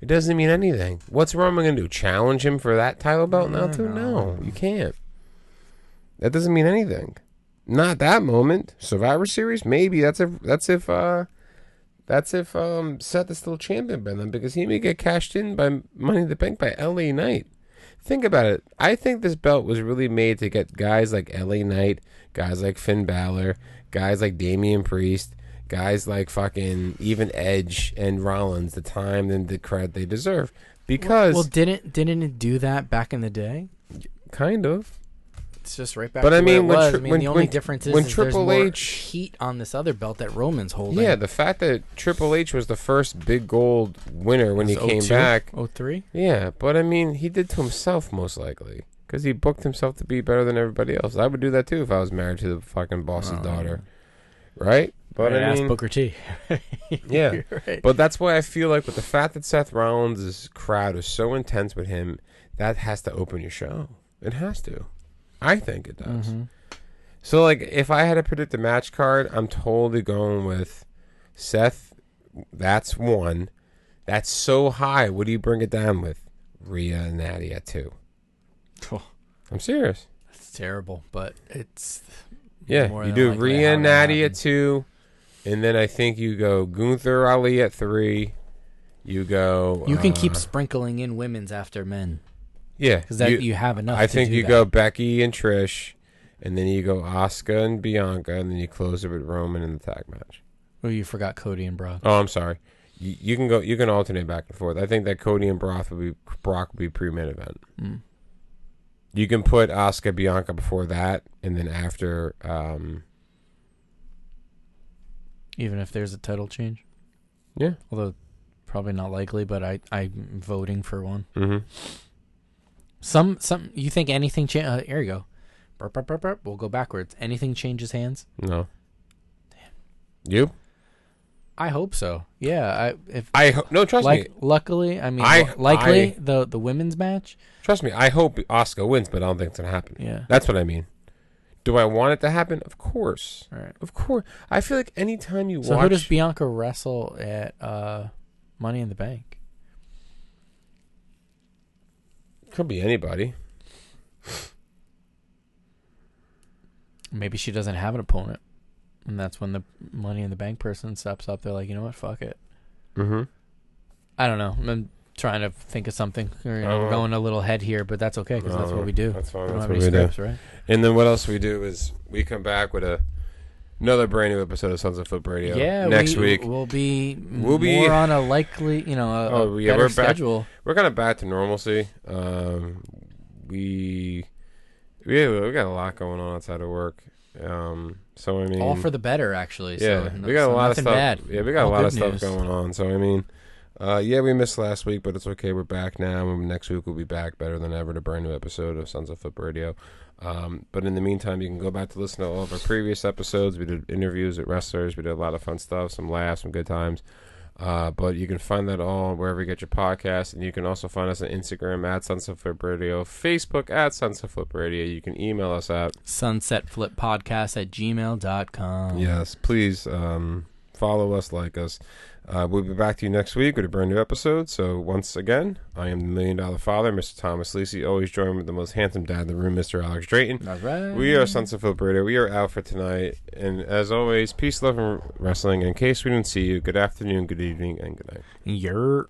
It doesn't mean anything. What's Roman gonna do? Challenge him for that title belt now? Too? No, you can't. That doesn't mean anything. Not that moment. Survivor Series, maybe. That's if that's if uh that's if um Seth is still champion by then because he may get cashed in by Money in the Bank by LA Knight. Think about it. I think this belt was really made to get guys like LA Knight, guys like Finn Balor, guys like Damian Priest, guys like fucking even Edge and Rollins the time and the credit they deserve. Because
Well, didn't didn't it do that back in the day?
kind of
It's just right back.
But
to
I
where it
mean, when
was.
Tri-
I mean,
when-
the only
when-
difference is,
when
is
Triple
there's more
H-
heat on this other belt that Roman's holding.
yeah, the fact that Triple H was the first big gold winner when he came back.
Oh three.
Yeah, but I mean, he did to himself most likely because he booked himself to be better than everybody else. I would do that too if I was married to the fucking boss's
Oh,
daughter, right? But I
ask
mean,
Booker T.
yeah.
right.
But that's why I feel like with the fact that Seth Rollins' crowd is so intense with him, that has to open your show. It has to. I think it does.
Mm-hmm.
So, like, if I had to predict the match card, I'm totally going with Seth. That's one. That's so high. What do you bring it down with? Rhea and Natty at two.
Oh,
I'm serious.
it's terrible, but it's
Yeah,
more
you
than
do
likely
Rhea
how
and
that
Natty at
happens.
two, and then I think you go Gunther Ali at three. You go.
You can keep
uh,
sprinkling in women's after men
Yeah,
because that you, have enough.
I
to
think
do
you
that.
go Becky and Trish, and then you go Asuka and Bianca, and then you close it with Roman in the tag match.
Oh, you forgot Cody and Brock.
Oh, I'm sorry. You, you can go. You can alternate back and forth. I think that Cody and Brock would be Brock would be pre-main event.
Mm.
You can put Asuka Bianca before that, and then after. Um,
Even if there's a title change,
yeah.
although probably not likely, but I I'm voting for one.
Mm-hmm.
Some some you think anything change? Uh, here you go. Burp, burp, burp, burp. We'll go backwards. Anything changes hands?
No. You?
I hope so. Yeah. I if
I ho- no. Trust
like
me.
luckily, I mean
I-
lu- likely
I-
the the women's match.
Trust me. I hope Oscar wins, but I don't think it's gonna happen.
Yeah.
That's what I mean. Do I want it to happen? Of course.
All right.
Of course. I feel like anytime you
So
watch,
who does Bianca wrestle at uh, Money in the Bank?
could be anybody.
Maybe she doesn't have an opponent, and that's when the Money in the Bank person steps up. They're like, you know what? Fuck it.
Mm-hmm.
I don't know. I'm trying to think of something. You know,
Oh.
we're going a little head here, but that's okay because that's
Oh,
what we do.
that's fine.
We don't
That's
have
what
any
we do.
scripts, right?
And then what else we do is we come back with a another brand new episode of Sons of Flip Radio.
Yeah.
next
we,
week
we'll be
We'll
we'll
be-
be more on a likely, you know, a,
Oh,
a
yeah,
better
we're back.
schedule.
we're kind of back to normalcy. Um, we yeah we got a lot going on outside of work. Um, so I mean,
All for the better, actually. so,
yeah,
no-
we got
so
a lot of
nothing
stuff.
Bad.
Yeah, we got
All
a lot
good
of stuff
news.
going on. So I mean, uh, yeah, we missed last week, but it's okay. We're back now, and next week we'll be back better than ever to a brand new episode of Sons of Flip Radio. Um, but in the meantime, you can go back to listen to all of our previous episodes. We did interviews with wrestlers. We did a lot of fun stuff, some laughs, some good times. Uh, but you can find that all wherever you get your podcast, and you can also find us on Instagram at Sunset Flip Radio, Facebook at Sunset Flip Radio. You can email us at
sunsetflippodcast at gmail.com.
Yes, please um, follow us, like us. Uh, we'll be back to you next week with a brand new episode. So once again, I am the Million Dollar Father, Mr. Thomas Lisi, always joined with the most handsome dad in the room, Mr. Alex Drayton.
That's right.
We are Sons of Philip Radio. We are out for tonight. And as always, peace, love, and wrestling. In case we didn't see you, good afternoon, good evening, and good night.
Yer.